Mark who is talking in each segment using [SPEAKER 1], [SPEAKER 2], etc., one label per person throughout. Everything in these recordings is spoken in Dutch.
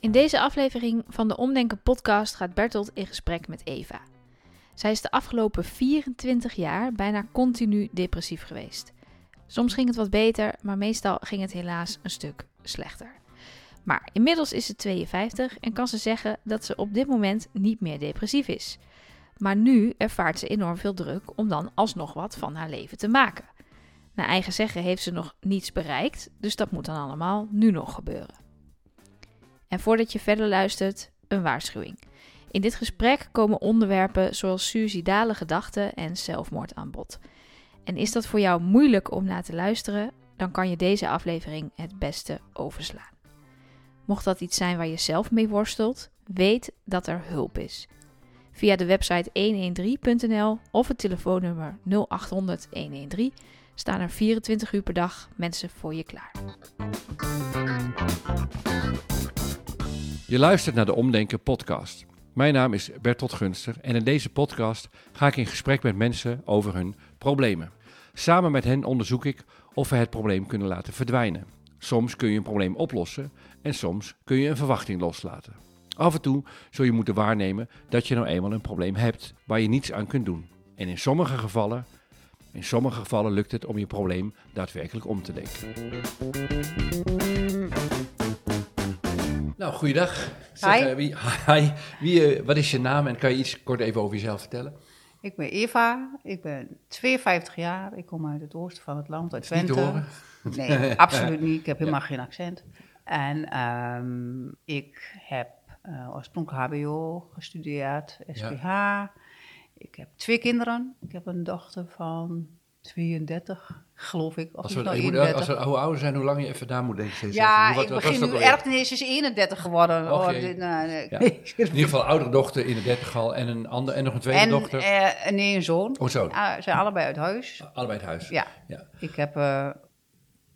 [SPEAKER 1] In deze aflevering van de Omdenken podcast gaat Bertolt in gesprek met Eva. Zij is de afgelopen 24 jaar bijna continu depressief geweest. Soms ging het wat beter, maar meestal ging het helaas een stuk slechter. Maar inmiddels is ze 52 en kan ze zeggen dat ze op dit moment niet meer depressief is. Maar nu ervaart ze enorm veel druk om dan alsnog wat van haar leven te maken. Naar eigen zeggen heeft ze nog niets bereikt, dus dat moet dan allemaal nu nog gebeuren. En voordat je verder luistert, een waarschuwing. In dit gesprek komen onderwerpen zoals suïcidale gedachten en zelfmoord aan bod. En is dat voor jou moeilijk om naar te luisteren, dan kan je deze aflevering het beste overslaan. Mocht dat iets zijn waar je zelf mee worstelt, weet dat er hulp is. Via de website 113.nl of het telefoonnummer 0800 113 staan er 24 uur per dag mensen voor je klaar.
[SPEAKER 2] Je luistert naar de Omdenken podcast. Mijn naam is Bertolt Gunster en in deze podcast ga ik in gesprek met mensen over hun problemen. Samen met hen onderzoek ik of we het probleem kunnen laten verdwijnen. Soms kun je een probleem oplossen en soms kun je een verwachting loslaten. Af en toe zul je moeten waarnemen dat je nou eenmaal een probleem hebt waar je niets aan kunt doen. En in sommige gevallen, in sommige gevallen lukt het om je probleem daadwerkelijk om te denken. Nou, goeiedag. Zeg,
[SPEAKER 3] Hi.
[SPEAKER 2] eh, wie, hi. Wie, eh, wat is je naam en kan je iets kort even over jezelf vertellen?
[SPEAKER 3] Ik ben Eva, ik ben 52 jaar, ik kom uit het oosten van het land, uit
[SPEAKER 2] Is niet
[SPEAKER 3] Twente.
[SPEAKER 2] te horen.
[SPEAKER 3] Nee, absoluut niet, ik heb helemaal geen accent. En ehm, ik heb eh, oorspronkelijk HBO gestudeerd, SPH. Ik heb twee kinderen, ik heb een dochter van 32, geloof ik, of
[SPEAKER 2] Als
[SPEAKER 3] is
[SPEAKER 2] we,
[SPEAKER 3] het nou
[SPEAKER 2] je moet,
[SPEAKER 3] 31.
[SPEAKER 2] als we hoe ouder zijn, hoe langer je even daar moet denken. steeds even.
[SPEAKER 3] ja,
[SPEAKER 2] Wat- wat
[SPEAKER 3] ik
[SPEAKER 2] was
[SPEAKER 3] begin
[SPEAKER 2] het
[SPEAKER 3] nu
[SPEAKER 2] ook alweer?
[SPEAKER 3] erg, ineens is 31 geworden.
[SPEAKER 2] Oké.
[SPEAKER 3] Oh, dit, nou, nee.
[SPEAKER 2] Ja. In ieder geval oudere dochter in de dertig al en, een ander, en nog een tweede
[SPEAKER 3] En
[SPEAKER 2] dochter.
[SPEAKER 3] eh, nee, een zoon.
[SPEAKER 2] Oh, zo.
[SPEAKER 3] Ah, ze zijn allebei uit huis.
[SPEAKER 2] Allebei het huis.
[SPEAKER 3] Ja.
[SPEAKER 2] Ja.
[SPEAKER 3] Ik heb eh,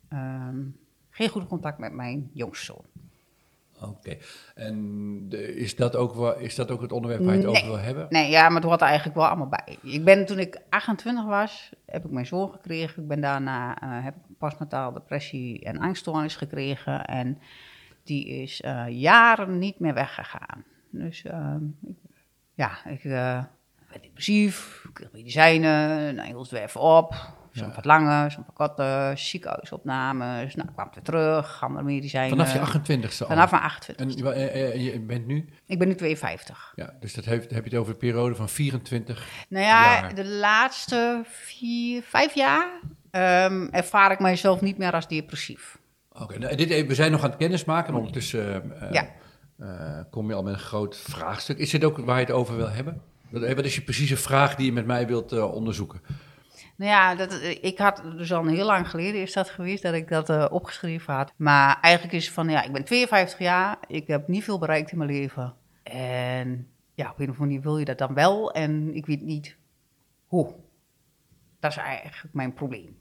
[SPEAKER 3] ehm, geen goed contact met mijn jongste zoon.
[SPEAKER 2] Oké. En de- is, dat ook, wa- is dat ook het onderwerp waar je het over
[SPEAKER 3] Nee.
[SPEAKER 2] wil hebben?
[SPEAKER 3] Nee, ja, maar het hoort er eigenlijk wel allemaal bij. Ik ben, toen ik 28 was, heb ik mijn zoon gekregen. Ik ben daarna, eh heb ik postnataal depressie en angststoornis gekregen. En die is eh, jaren niet meer weggegaan. Dus ehm, ik- ja, ik eh, werd depressief, ik kreeg medicijnen, nou, hield weer even op. Zo'n wat lange, zo'n wat korte, ziekenhuisopnames. Nou, ik kwam weer terug, andere medicijnen.
[SPEAKER 2] Vanaf je 28ste al.
[SPEAKER 3] Vanaf mijn 28.
[SPEAKER 2] En je wa- eh, eh, je bent nu?
[SPEAKER 3] Ik ben nu 52.
[SPEAKER 2] Ja, dus dat heeft, heb je het over een periode van 24.
[SPEAKER 3] Nou ja,
[SPEAKER 2] jaar.
[SPEAKER 3] de laatste vier, vijf jaar ehm, ervaar ik mijzelf niet meer als depressief.
[SPEAKER 2] Oké, nou, dit even- we zijn nog aan het kennismaken, maar ondertussen eh,
[SPEAKER 3] Ja.
[SPEAKER 2] eh, kom je al met een groot vraagstuk. Is dit ook waar je het over wil hebben? Wat eh, wat is je precieze vraag die je met mij wilt eh, onderzoeken?
[SPEAKER 3] Nou ja, dat, ik had dus al heel lang geleden is dat geweest dat ik dat eh, opgeschreven had. Maar eigenlijk is het van, ja, ik ben 52 jaar, ik heb niet veel bereikt in mijn leven. En ja, op een of andere manier wil je dat dan wel en ik weet niet hoe. Dat is eigenlijk mijn probleem.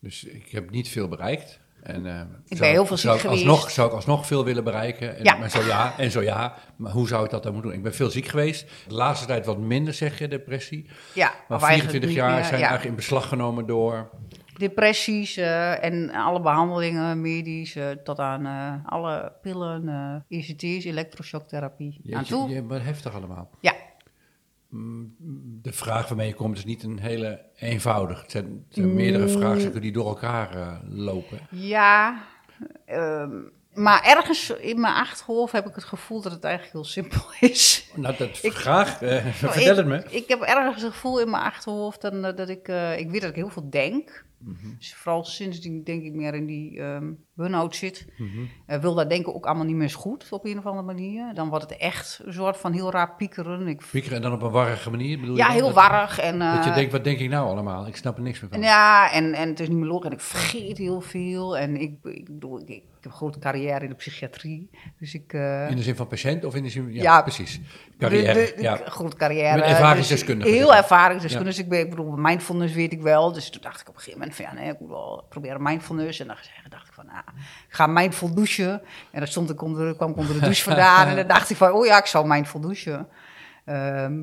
[SPEAKER 2] Dus ik heb niet veel bereikt. En, eh,
[SPEAKER 3] ben
[SPEAKER 2] zou-
[SPEAKER 3] heel veel
[SPEAKER 2] zou
[SPEAKER 3] ziek
[SPEAKER 2] ik
[SPEAKER 3] geweest.
[SPEAKER 2] Alsnog, zou ik alsnog veel willen bereiken? En,
[SPEAKER 3] Ja.
[SPEAKER 2] Maar zo ja, en zo ja. Maar hoe zou ik dat dan moeten doen? Ik ben veel ziek geweest. De laatste tijd wat minder, zeg je, depressie.
[SPEAKER 3] Ja,
[SPEAKER 2] Maar
[SPEAKER 3] of Oh, eigenlijk
[SPEAKER 2] 24
[SPEAKER 3] niet
[SPEAKER 2] jaar
[SPEAKER 3] meer,
[SPEAKER 2] zijn
[SPEAKER 3] ja.
[SPEAKER 2] eigenlijk in beslag genomen door...
[SPEAKER 3] depressies eh, en alle behandelingen, medisch, eh, tot aan eh, alle pillen, eh ECT's, elektroshocktherapie aan
[SPEAKER 2] Jeetje,
[SPEAKER 3] toe.
[SPEAKER 2] je- wat heftig allemaal.
[SPEAKER 3] Ja,
[SPEAKER 2] De vraag waarmee je komt is niet een hele eenvoudig. Het zijn, het zijn meerdere
[SPEAKER 3] Mm.
[SPEAKER 2] vraagstukken die door elkaar eh, lopen.
[SPEAKER 3] ja. ehm, maar ergens in mijn achterhoofd heb ik het gevoel dat het eigenlijk heel simpel is.
[SPEAKER 2] Nou, dat
[SPEAKER 3] Ik-
[SPEAKER 2] graag. eh,
[SPEAKER 3] Maar
[SPEAKER 2] vertel
[SPEAKER 3] ik,
[SPEAKER 2] het me.
[SPEAKER 3] Ik heb ergens het gevoel in mijn achterhoofd dat, eh, dat ik, eh, ik weet dat ik heel veel denk.
[SPEAKER 2] Mhm.
[SPEAKER 3] Dus vooral sindsdien denk ik meer in die ehm burn-out zit.
[SPEAKER 2] Mhm.
[SPEAKER 3] Eh, wil dat denken ook allemaal niet meer eens goed op een of andere manier. Dan wordt het echt een soort van heel raar piekeren. Ik
[SPEAKER 2] Piekeren en dan op een warrige manier bedoel
[SPEAKER 3] Ja,
[SPEAKER 2] je? dan? Dat-
[SPEAKER 3] heel warrig. En,
[SPEAKER 2] Dat je
[SPEAKER 3] eh,
[SPEAKER 2] denkt, wat denk ik nou allemaal? Ik snap er niks meer van.
[SPEAKER 3] en ja, en, en het is niet meer logisch. En ik vergeet heel veel. En ik, ik bedoel, ik, ik heb een grote carrière in de psychiatrie. Dus ik... eh,
[SPEAKER 2] In de zin van patiënt of in de zin van... Ja,
[SPEAKER 3] Ja.
[SPEAKER 2] precies. Carrière,
[SPEAKER 3] de- de-
[SPEAKER 2] ja.
[SPEAKER 3] de- Goed, carrière.
[SPEAKER 2] Je bent ervaringsdeskundige,
[SPEAKER 3] Dus
[SPEAKER 2] zeg
[SPEAKER 3] heel
[SPEAKER 2] maar.
[SPEAKER 3] ervaringsdeskundige. Dus ik, ben, ik bedoel, mindfulness weet ik wel. Dus toen dacht ik op een gegeven moment van, ja, nee, ik moet wel proberen mindfulness. En dan dacht ik van, ah, ik ga mindful douchen. En dan stond ik onder, kwam ik onder de douche vandaan. en dan dacht ik van, oh ja, ik zou mindful douchen. Ehm,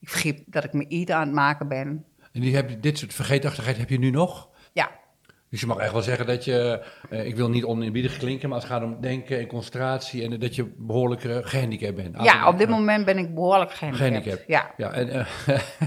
[SPEAKER 3] ik vergeet dat ik me eten aan het maken ben.
[SPEAKER 2] En die heb, je- dit soort vergeetachtigheid heb je nu nog?
[SPEAKER 3] Ja,
[SPEAKER 2] Dus je mag echt wel zeggen dat je, eh, ik wil niet oneerbiedig klinken, maar als het gaat om denken en concentratie en eh, dat je behoorlijk eh, gehandicapt bent.
[SPEAKER 3] Ja, op dit moment ben ik behoorlijk gehandicapt.
[SPEAKER 2] Gehandicapt.
[SPEAKER 3] Ja.
[SPEAKER 2] Ja, en, eh,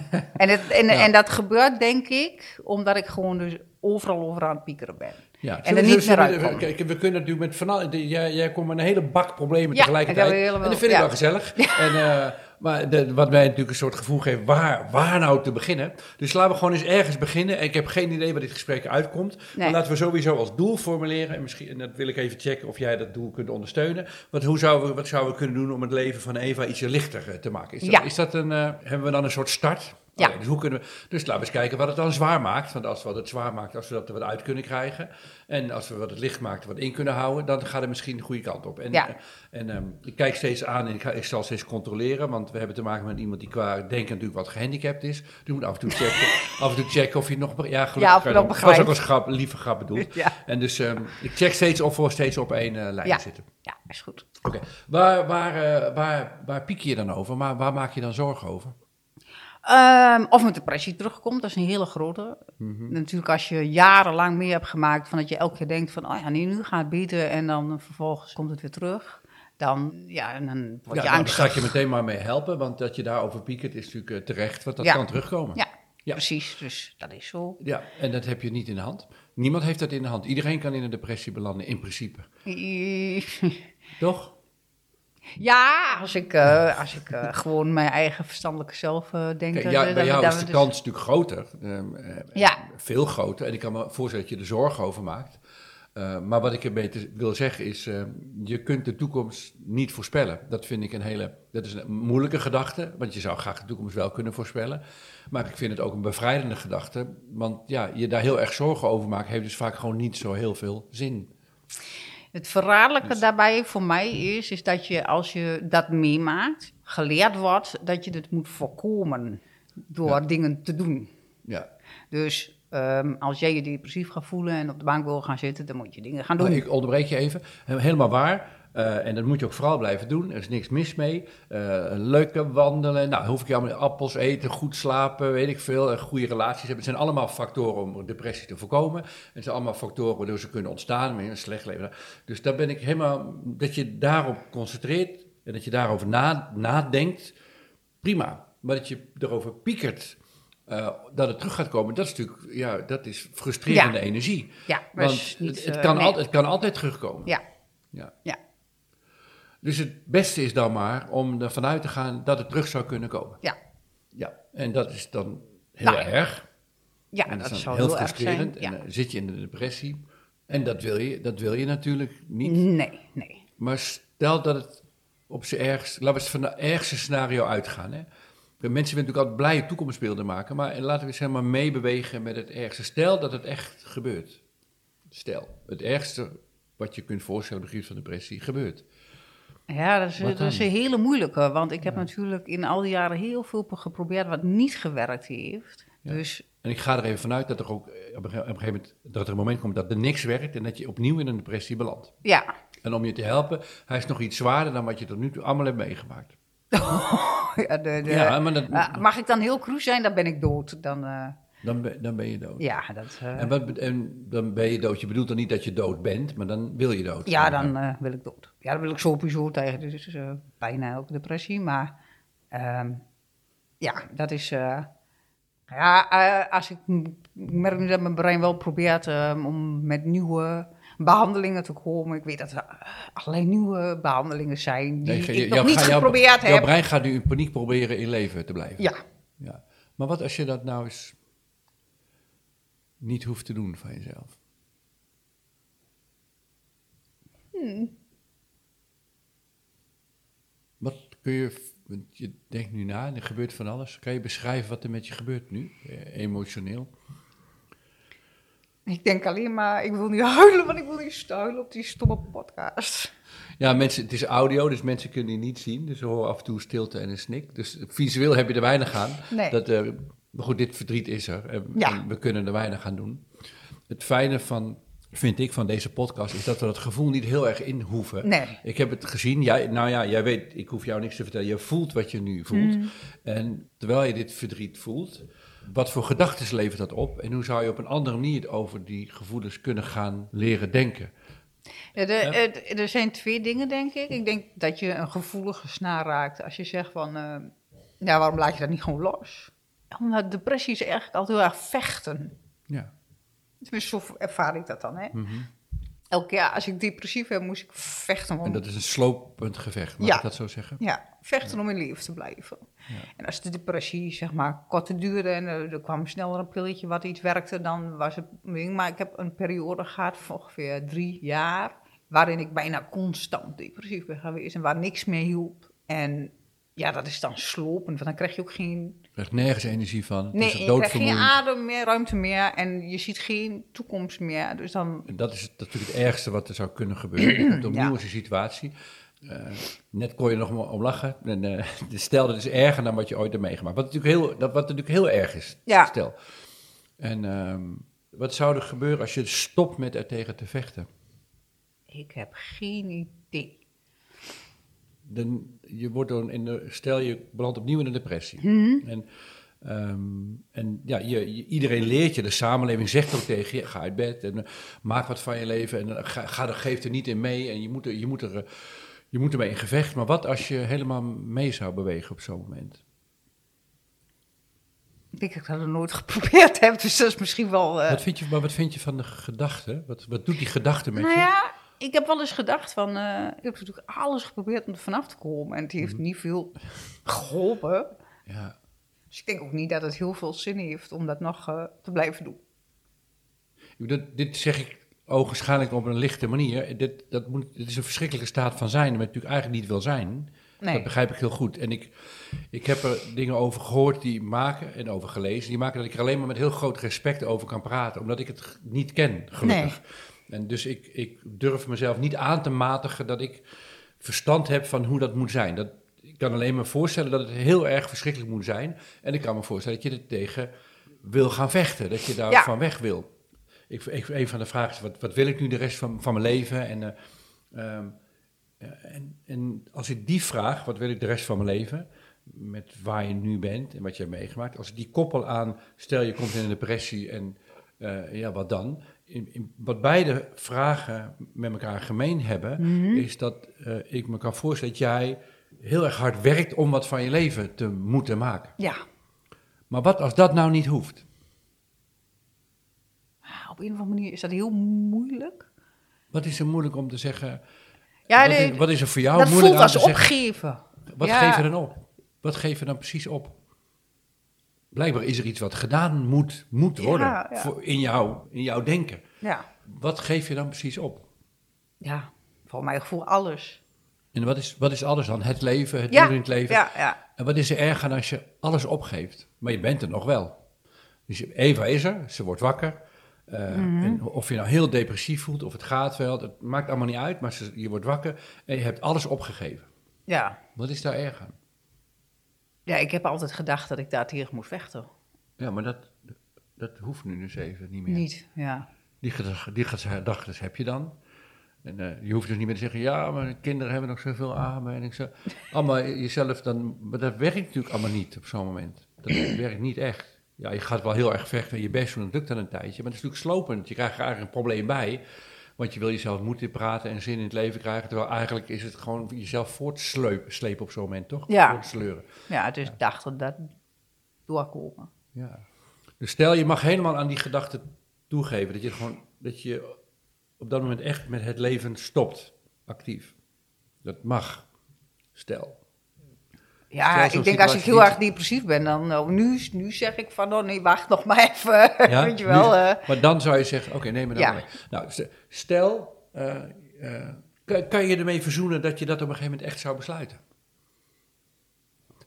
[SPEAKER 3] En, het, en,
[SPEAKER 2] Ja.
[SPEAKER 3] en dat gebeurt denk ik omdat ik gewoon dus overal over aan het piekeren ben.
[SPEAKER 2] ja.
[SPEAKER 3] En er niet meer uitkomen.
[SPEAKER 2] Kijk, we kunnen natuurlijk met van al- jij, jij komt met een hele bak problemen
[SPEAKER 3] Ja,
[SPEAKER 2] tegelijkertijd.
[SPEAKER 3] ik heb er helemaal-
[SPEAKER 2] en dat vind ik
[SPEAKER 3] ja.
[SPEAKER 2] wel gezellig. En, eh, maar de- wat mij natuurlijk een soort gevoel geeft, waar, waar nou te beginnen? Dus laten we gewoon eens ergens beginnen. Ik heb geen idee waar dit gesprek uitkomt.
[SPEAKER 3] Nee.
[SPEAKER 2] Maar laten we sowieso als doel formuleren. En, misschien, en dat wil ik even checken of jij dat doel kunt ondersteunen. Want hoe zouden we, wat zouden we kunnen doen om het leven van Eva ietsje lichter eh, te maken? Is dat,
[SPEAKER 3] Ja.
[SPEAKER 2] is dat een, eh, hebben we dan een soort start?
[SPEAKER 3] Ja.
[SPEAKER 2] Oké, dus, hoe kunnen we, dus laten we eens kijken wat het dan zwaar maakt. Want als we het zwaar maakt, als we dat er wat uit kunnen krijgen. En als we wat het licht maakt, wat in kunnen houden. Dan gaat het misschien de goede kant op. En,
[SPEAKER 3] Ja.
[SPEAKER 2] eh, en ehm, ik kijk steeds aan en ik, ga, ik zal steeds controleren. Want we hebben te maken met iemand die qua denken natuurlijk wat gehandicapt is. Dus je moet af en toe checken, af en toe checken of je nog... be- Ja, gelukkig.
[SPEAKER 3] Ja, of je
[SPEAKER 2] kan het.
[SPEAKER 3] nog
[SPEAKER 2] Het was
[SPEAKER 3] begrijpt.
[SPEAKER 2] ook als grap, lieve grap bedoeld.
[SPEAKER 3] Ja.
[SPEAKER 2] En dus ehm, ik check steeds of we steeds op één eh, lijn
[SPEAKER 3] Ja.
[SPEAKER 2] zitten.
[SPEAKER 3] Ja, is goed.
[SPEAKER 2] Oké, waar, waar, eh, waar, waar piek je dan over? Maar waar maak je dan zorgen over?
[SPEAKER 3] Ehm, of mijn depressie terugkomt, dat is een hele grote.
[SPEAKER 2] Mhm.
[SPEAKER 3] Natuurlijk als je jarenlang mee hebt gemaakt van dat je elke keer denkt van, oh ja, nee, nu gaat het beter en dan vervolgens komt het weer terug. Dan, ja, en dan word je
[SPEAKER 2] Ja, daar
[SPEAKER 3] angstig.
[SPEAKER 2] ga ik je meteen maar mee helpen, want dat je daarover piekert is natuurlijk eh, terecht, want dat
[SPEAKER 3] Ja.
[SPEAKER 2] kan terugkomen.
[SPEAKER 3] Ja,
[SPEAKER 2] Ja.
[SPEAKER 3] precies. Dus dat is zo.
[SPEAKER 2] Ja, en dat heb je niet in de hand. Niemand heeft dat in de hand. Iedereen kan in een depressie belanden, in principe. Toch?
[SPEAKER 3] Ja, als ik, eh, als ik eh, gewoon mijn eigen verstandelijke zelf eh, denk.
[SPEAKER 2] Kijk,
[SPEAKER 3] dat-
[SPEAKER 2] ja,
[SPEAKER 3] dat-
[SPEAKER 2] bij
[SPEAKER 3] dat-
[SPEAKER 2] jou
[SPEAKER 3] dat
[SPEAKER 2] is de
[SPEAKER 3] we dus-
[SPEAKER 2] kans natuurlijk groter. ehm, eh,
[SPEAKER 3] Ja.
[SPEAKER 2] Veel groter. En ik kan me voorstellen dat je er zorgen over maakt. Eh, maar wat ik ermee te- wil zeggen is, eh, je kunt de toekomst niet voorspellen. Dat vind ik een hele, dat is een moeilijke gedachte, want je zou graag de toekomst wel kunnen voorspellen. Maar ik vind het ook een bevrijdende gedachte, want ja, je daar heel erg zorgen over maken heeft dus vaak gewoon niet zo heel veel zin.
[SPEAKER 3] Het verraderlijke daarbij voor mij is, is dat je als je dat meemaakt, geleerd wordt dat je dit moet voorkomen door
[SPEAKER 2] Ja.
[SPEAKER 3] dingen te doen.
[SPEAKER 2] Ja.
[SPEAKER 3] Dus ehm, als jij je depressief gaat voelen en op de bank wil gaan zitten, dan moet je dingen gaan
[SPEAKER 2] Maar
[SPEAKER 3] doen.
[SPEAKER 2] Oh, Nou, Ik onderbreek je even. He- Helemaal waar. Eh, en dat moet je ook vooral blijven doen. Er is niks mis mee. Eh, leuke wandelen. Nou, hoef ik je allemaal appels eten, goed slapen, weet ik veel. eh, goede relaties hebben. Het zijn allemaal factoren om depressie te voorkomen. Het zijn allemaal factoren waardoor ze kunnen ontstaan. maar Een slecht leven. Dus daar ben ik helemaal. Dat je daarop concentreert en dat je daarover na, nadenkt. Prima. Maar dat je erover piekert. eh, dat het terug gaat komen, dat is natuurlijk, ja, dat is frustrerende
[SPEAKER 3] Ja.
[SPEAKER 2] energie.
[SPEAKER 3] Ja, maar
[SPEAKER 2] Want
[SPEAKER 3] is niet,
[SPEAKER 2] het, het
[SPEAKER 3] eh,
[SPEAKER 2] kan
[SPEAKER 3] nee.
[SPEAKER 2] altijd, het kan altijd terugkomen.
[SPEAKER 3] Ja,
[SPEAKER 2] Ja.
[SPEAKER 3] ja.
[SPEAKER 2] Dus het beste is dan maar om ervan uit te gaan dat het terug zou kunnen komen.
[SPEAKER 3] Ja,
[SPEAKER 2] Ja. En dat is dan heel
[SPEAKER 3] Nou,
[SPEAKER 2] erg.
[SPEAKER 3] ja
[SPEAKER 2] en
[SPEAKER 3] dat,
[SPEAKER 2] dan
[SPEAKER 3] zou
[SPEAKER 2] heel
[SPEAKER 3] heel erg zijn.
[SPEAKER 2] frustrerend.
[SPEAKER 3] Ja.
[SPEAKER 2] En eh, dan zit je in de depressie. En dat wil je, dat wil je natuurlijk niet.
[SPEAKER 3] Nee, nee.
[SPEAKER 2] Maar stel dat het op zijn ergst, laten we eens van het ergste scenario uitgaan. Hè? De mensen willen natuurlijk altijd blije toekomstbeelden maken, maar laten we eens helemaal meebewegen met het ergste. Stel dat het echt gebeurt. Stel, het ergste wat je kunt voorstellen op het gebied van depressie gebeurt.
[SPEAKER 3] Ja, dat is,
[SPEAKER 2] Wat
[SPEAKER 3] dat is
[SPEAKER 2] dan?
[SPEAKER 3] een hele moeilijke. Want ik heb natuurlijk in al die jaren heel veel geprobeerd wat niet gewerkt heeft.
[SPEAKER 2] Ja.
[SPEAKER 3] Dus
[SPEAKER 2] En ik ga er even vanuit dat er ook eh, op een ge- op een gegeven moment dat er een moment komt dat er niks werkt en dat je opnieuw in een depressie belandt.
[SPEAKER 3] ja.
[SPEAKER 2] En om je te helpen, hij is nog iets zwaarder dan wat je tot nu toe allemaal hebt meegemaakt.
[SPEAKER 3] ja, de, de-
[SPEAKER 2] Ja, maar dat-
[SPEAKER 3] Ah, mag ik dan heel cru zijn? Dan ben ik dood. Dan, eh,
[SPEAKER 2] Dan ben, dan ben je dood.
[SPEAKER 3] ja, dat, eh,
[SPEAKER 2] En, wat, be- en dan ben je dood. Je bedoelt dan niet dat je dood bent, maar dan wil je dood.
[SPEAKER 3] ja, dan eh, wil ik dood. Ja, dan wil ik sowieso tegen. Dus eh, bijna elke depressie. Maar ehm, ja, dat is... eh, ja, eh, als ik, ik merk nu dat mijn brein wel probeert eh, om met nieuwe behandelingen te komen. Ik weet dat er allerlei nieuwe behandelingen zijn die
[SPEAKER 2] Nee, ge-
[SPEAKER 3] ik
[SPEAKER 2] jouw-
[SPEAKER 3] nog niet
[SPEAKER 2] ga- jouw-
[SPEAKER 3] geprobeerd
[SPEAKER 2] Jouw
[SPEAKER 3] heb.
[SPEAKER 2] brein gaat nu in paniek proberen in leven te blijven.
[SPEAKER 3] Ja,
[SPEAKER 2] Ja. Maar wat als je dat nou eens niet hoeft te doen van jezelf? Wat kun je, want je denkt nu na en er gebeurt van alles. Kan je beschrijven wat er met je gebeurt nu, eh, emotioneel?
[SPEAKER 3] ik denk alleen maar, ik wil niet huilen, want ik wil niet stuilen op die stomme podcast.
[SPEAKER 2] Ja, mensen, het is audio, dus mensen kunnen die niet zien. Dus ze horen af en toe stilte en een snik. Dus visueel heb je er weinig aan.
[SPEAKER 3] Nee.
[SPEAKER 2] Dat, eh, maar goed, dit verdriet is er. En,
[SPEAKER 3] Ja.
[SPEAKER 2] en we kunnen er weinig aan doen. Het fijne van, vind ik, van deze podcast... is dat we dat gevoel niet heel erg in hoeven.
[SPEAKER 3] Nee.
[SPEAKER 2] Ik heb het gezien. Jij, nou ja, jij
[SPEAKER 3] Mm.
[SPEAKER 2] weet, ik hoef jou niks te vertellen. Je voelt wat je nu voelt. En terwijl je dit verdriet voelt... Wat voor gedachten levert dat op? En hoe zou je op een andere manier over die gevoelens kunnen gaan leren denken?
[SPEAKER 3] Ja, de- het- er zijn twee dingen, denk ik. Ik denk dat je een gevoelige snaar raakt als je zegt van... eh, ja, waarom laat je dat niet gewoon los? Omdat depressie is eigenlijk altijd heel erg vechten.
[SPEAKER 2] Ja.
[SPEAKER 3] Tenminste, zo ervaar ik dat dan, hè. Elke keer als ik depressief ben, moest ik vechten. om-
[SPEAKER 2] En dat is een slopend gevecht, mag
[SPEAKER 3] Ja.
[SPEAKER 2] ik dat zo zeggen?
[SPEAKER 3] Ja, vechten om in leven te blijven. En als de depressie, zeg maar, korter duurde en eh, er kwam sneller een pilletje wat iets werkte, dan was het. Maar ik heb een periode gehad van ongeveer drie jaar, waarin ik bijna constant depressief ben geweest en waar niks meer hielp. En ja, dat is dan slopend, want dan krijg je ook geen.
[SPEAKER 2] Je krijgt nergens energie van. Het
[SPEAKER 3] Nee,
[SPEAKER 2] is
[SPEAKER 3] je krijgt geen
[SPEAKER 2] doodvermoeiend.
[SPEAKER 3] adem meer, ruimte meer en je ziet geen toekomst meer. Dus dan.
[SPEAKER 2] En dat is het- natuurlijk het ergste wat er zou kunnen gebeuren. Je komt opnieuw
[SPEAKER 3] Ja.
[SPEAKER 2] in zo'n situatie. Eh, net kon je er nog maar om lachen. En, eh, stel, dat is erger dan wat je ooit hebt meegemaakt. Wat natuurlijk heel, dat, wat natuurlijk heel erg is.
[SPEAKER 3] Ja.
[SPEAKER 2] Stel. En ehm, wat zou er gebeuren als je stopt met er tegen te vechten?
[SPEAKER 3] Ik heb geen idee.
[SPEAKER 2] Dan, je wordt dan in de, stel, je belandt opnieuw in een depressie.
[SPEAKER 3] Mhm.
[SPEAKER 2] En, ehm, en ja, je, je- iedereen leert je, de samenleving zegt ook tegen je: ga uit bed en eh, maak wat van je leven en eh, ga, ga er, geef er niet in mee. En je moet, er, je, moet er, eh, je moet ermee in gevecht. Maar wat als je helemaal mee zou bewegen op zo'n moment?
[SPEAKER 3] Ik denk dat ik dat nog nooit geprobeerd heb, dus dat is misschien wel. eh,
[SPEAKER 2] wat vind je, maar wat vind je van de gedachte? Wat, wat doet die gedachte met
[SPEAKER 3] Nou
[SPEAKER 2] je?
[SPEAKER 3] ja, ik heb wel eens gedacht van... eh, ik heb natuurlijk alles geprobeerd om er vanaf te komen. En het
[SPEAKER 2] Mhm.
[SPEAKER 3] heeft niet veel geholpen.
[SPEAKER 2] Ja.
[SPEAKER 3] Dus ik denk ook niet dat het heel veel zin heeft om dat nog eh, te blijven doen.
[SPEAKER 2] Ik bedoel, Dat, dit zeg ik ogenschijnlijk op een lichte manier. Dit, dat moet, dit is een verschrikkelijke staat van zijn, wat je natuurlijk eigenlijk niet wil zijn.
[SPEAKER 3] Nee.
[SPEAKER 2] Dat begrijp ik heel goed. En ik, ik heb er dingen over gehoord die maken en over gelezen. Die maken dat ik er alleen maar met heel groot respect over kan praten. Omdat ik het g- niet ken, gelukkig. En dus ik, ik durf mezelf niet aan te matigen dat ik verstand heb van hoe dat moet zijn. Dat, ik kan alleen maar voorstellen dat het heel erg verschrikkelijk moet zijn. En ik kan me voorstellen dat je er tegen wil gaan vechten. Dat je daar
[SPEAKER 3] Ja.
[SPEAKER 2] van weg wil. Ik, ik, een van de vragen is, wat, wat wil ik nu de rest van, van mijn leven? En... eh, ehm, ja, en, en als ik die vraag, wat wil ik de rest van mijn leven, met waar je nu bent en wat je hebt meegemaakt, als ik die koppel aan, stel je komt in een depressie en eh, ja, wat dan? In, in- wat beide vragen met elkaar gemeen hebben,
[SPEAKER 3] Mhm.
[SPEAKER 2] is dat eh, ik me kan voorstellen dat jij heel erg hard werkt om wat van je leven te moeten maken.
[SPEAKER 3] Ja,
[SPEAKER 2] Maar wat als dat nou niet hoeft?
[SPEAKER 3] ah, op een of andere manier is dat heel moeilijk.
[SPEAKER 2] Wat is er moeilijk om te zeggen?
[SPEAKER 3] Ja,
[SPEAKER 2] wat,
[SPEAKER 3] nee,
[SPEAKER 2] is, wat is er voor jou
[SPEAKER 3] dat
[SPEAKER 2] moeilijk
[SPEAKER 3] voelt
[SPEAKER 2] aan
[SPEAKER 3] als
[SPEAKER 2] te zeggen?
[SPEAKER 3] opgeven.
[SPEAKER 2] Wat
[SPEAKER 3] Ja.
[SPEAKER 2] geef je dan op? Wat geef je dan precies op? Blijkbaar is er iets wat gedaan moet, moet
[SPEAKER 3] Ja,
[SPEAKER 2] worden
[SPEAKER 3] ja.
[SPEAKER 2] Voor, in, jou, in jouw denken.
[SPEAKER 3] Ja.
[SPEAKER 2] Wat geef je dan precies op?
[SPEAKER 3] ja, voor mijn gevoel alles.
[SPEAKER 2] En wat is, wat is alles dan? Het leven, het
[SPEAKER 3] Ja,
[SPEAKER 2] doen in het leven?
[SPEAKER 3] ja, ja.
[SPEAKER 2] En wat is er erg aan als je alles opgeeft? Maar je bent er nog wel. Dus je- Eva is er, ze wordt wakker. Eh,
[SPEAKER 3] Mhm.
[SPEAKER 2] en of je nou heel depressief voelt of het gaat wel, dat maakt allemaal niet uit. Maar ze- je wordt wakker en je hebt alles opgegeven.
[SPEAKER 3] ja.
[SPEAKER 2] Wat is daar erg aan?
[SPEAKER 3] Ja, ik heb altijd gedacht dat ik daar tegen moest vechten.
[SPEAKER 2] Ja, maar dat, dat hoeft nu dus even niet meer.
[SPEAKER 3] Niet, ja.
[SPEAKER 2] Die, gedag- die gedachten heb je dan. En eh, je hoeft dus niet meer te zeggen, ja, maar kinderen hebben nog zoveel armen. En ik zo, allemaal jezelf dan, maar dat werkt natuurlijk allemaal niet op zo'n moment. Dat werkt niet echt. Ja, je gaat wel heel erg vechten en je best doen, dat lukt dan een tijdje. Maar het is natuurlijk slopend. Je krijgt er eigenlijk een probleem bij. Want je wil jezelf moed in praten en zin in het leven krijgen. Terwijl eigenlijk is het gewoon jezelf voortslepen op zo'n moment, toch?
[SPEAKER 3] Ja.
[SPEAKER 2] Voortsleuren.
[SPEAKER 3] Ja, dus ik dacht dat dat doorkomen.
[SPEAKER 2] Ja. Dus stel, je mag helemaal aan die gedachte toegeven. Dat je, gewoon, dat je op dat moment echt met het leven stopt, actief. Dat mag, stel.
[SPEAKER 3] Ja,
[SPEAKER 2] Terwijl zo'n
[SPEAKER 3] ik denk als ik
[SPEAKER 2] situatie
[SPEAKER 3] heel
[SPEAKER 2] niet-
[SPEAKER 3] erg depressief ben, dan oh, nu, nu zeg ik van, oh nee, wacht nog maar even.
[SPEAKER 2] Ja,
[SPEAKER 3] Weet je wel.
[SPEAKER 2] nu-
[SPEAKER 3] eh.
[SPEAKER 2] maar dan zou je zeggen, oké, neem me dan
[SPEAKER 3] Ja.
[SPEAKER 2] mee. Nou, st- stel, eh, eh, kan, kan je ermee verzoenen dat je dat op een gegeven moment echt zou besluiten?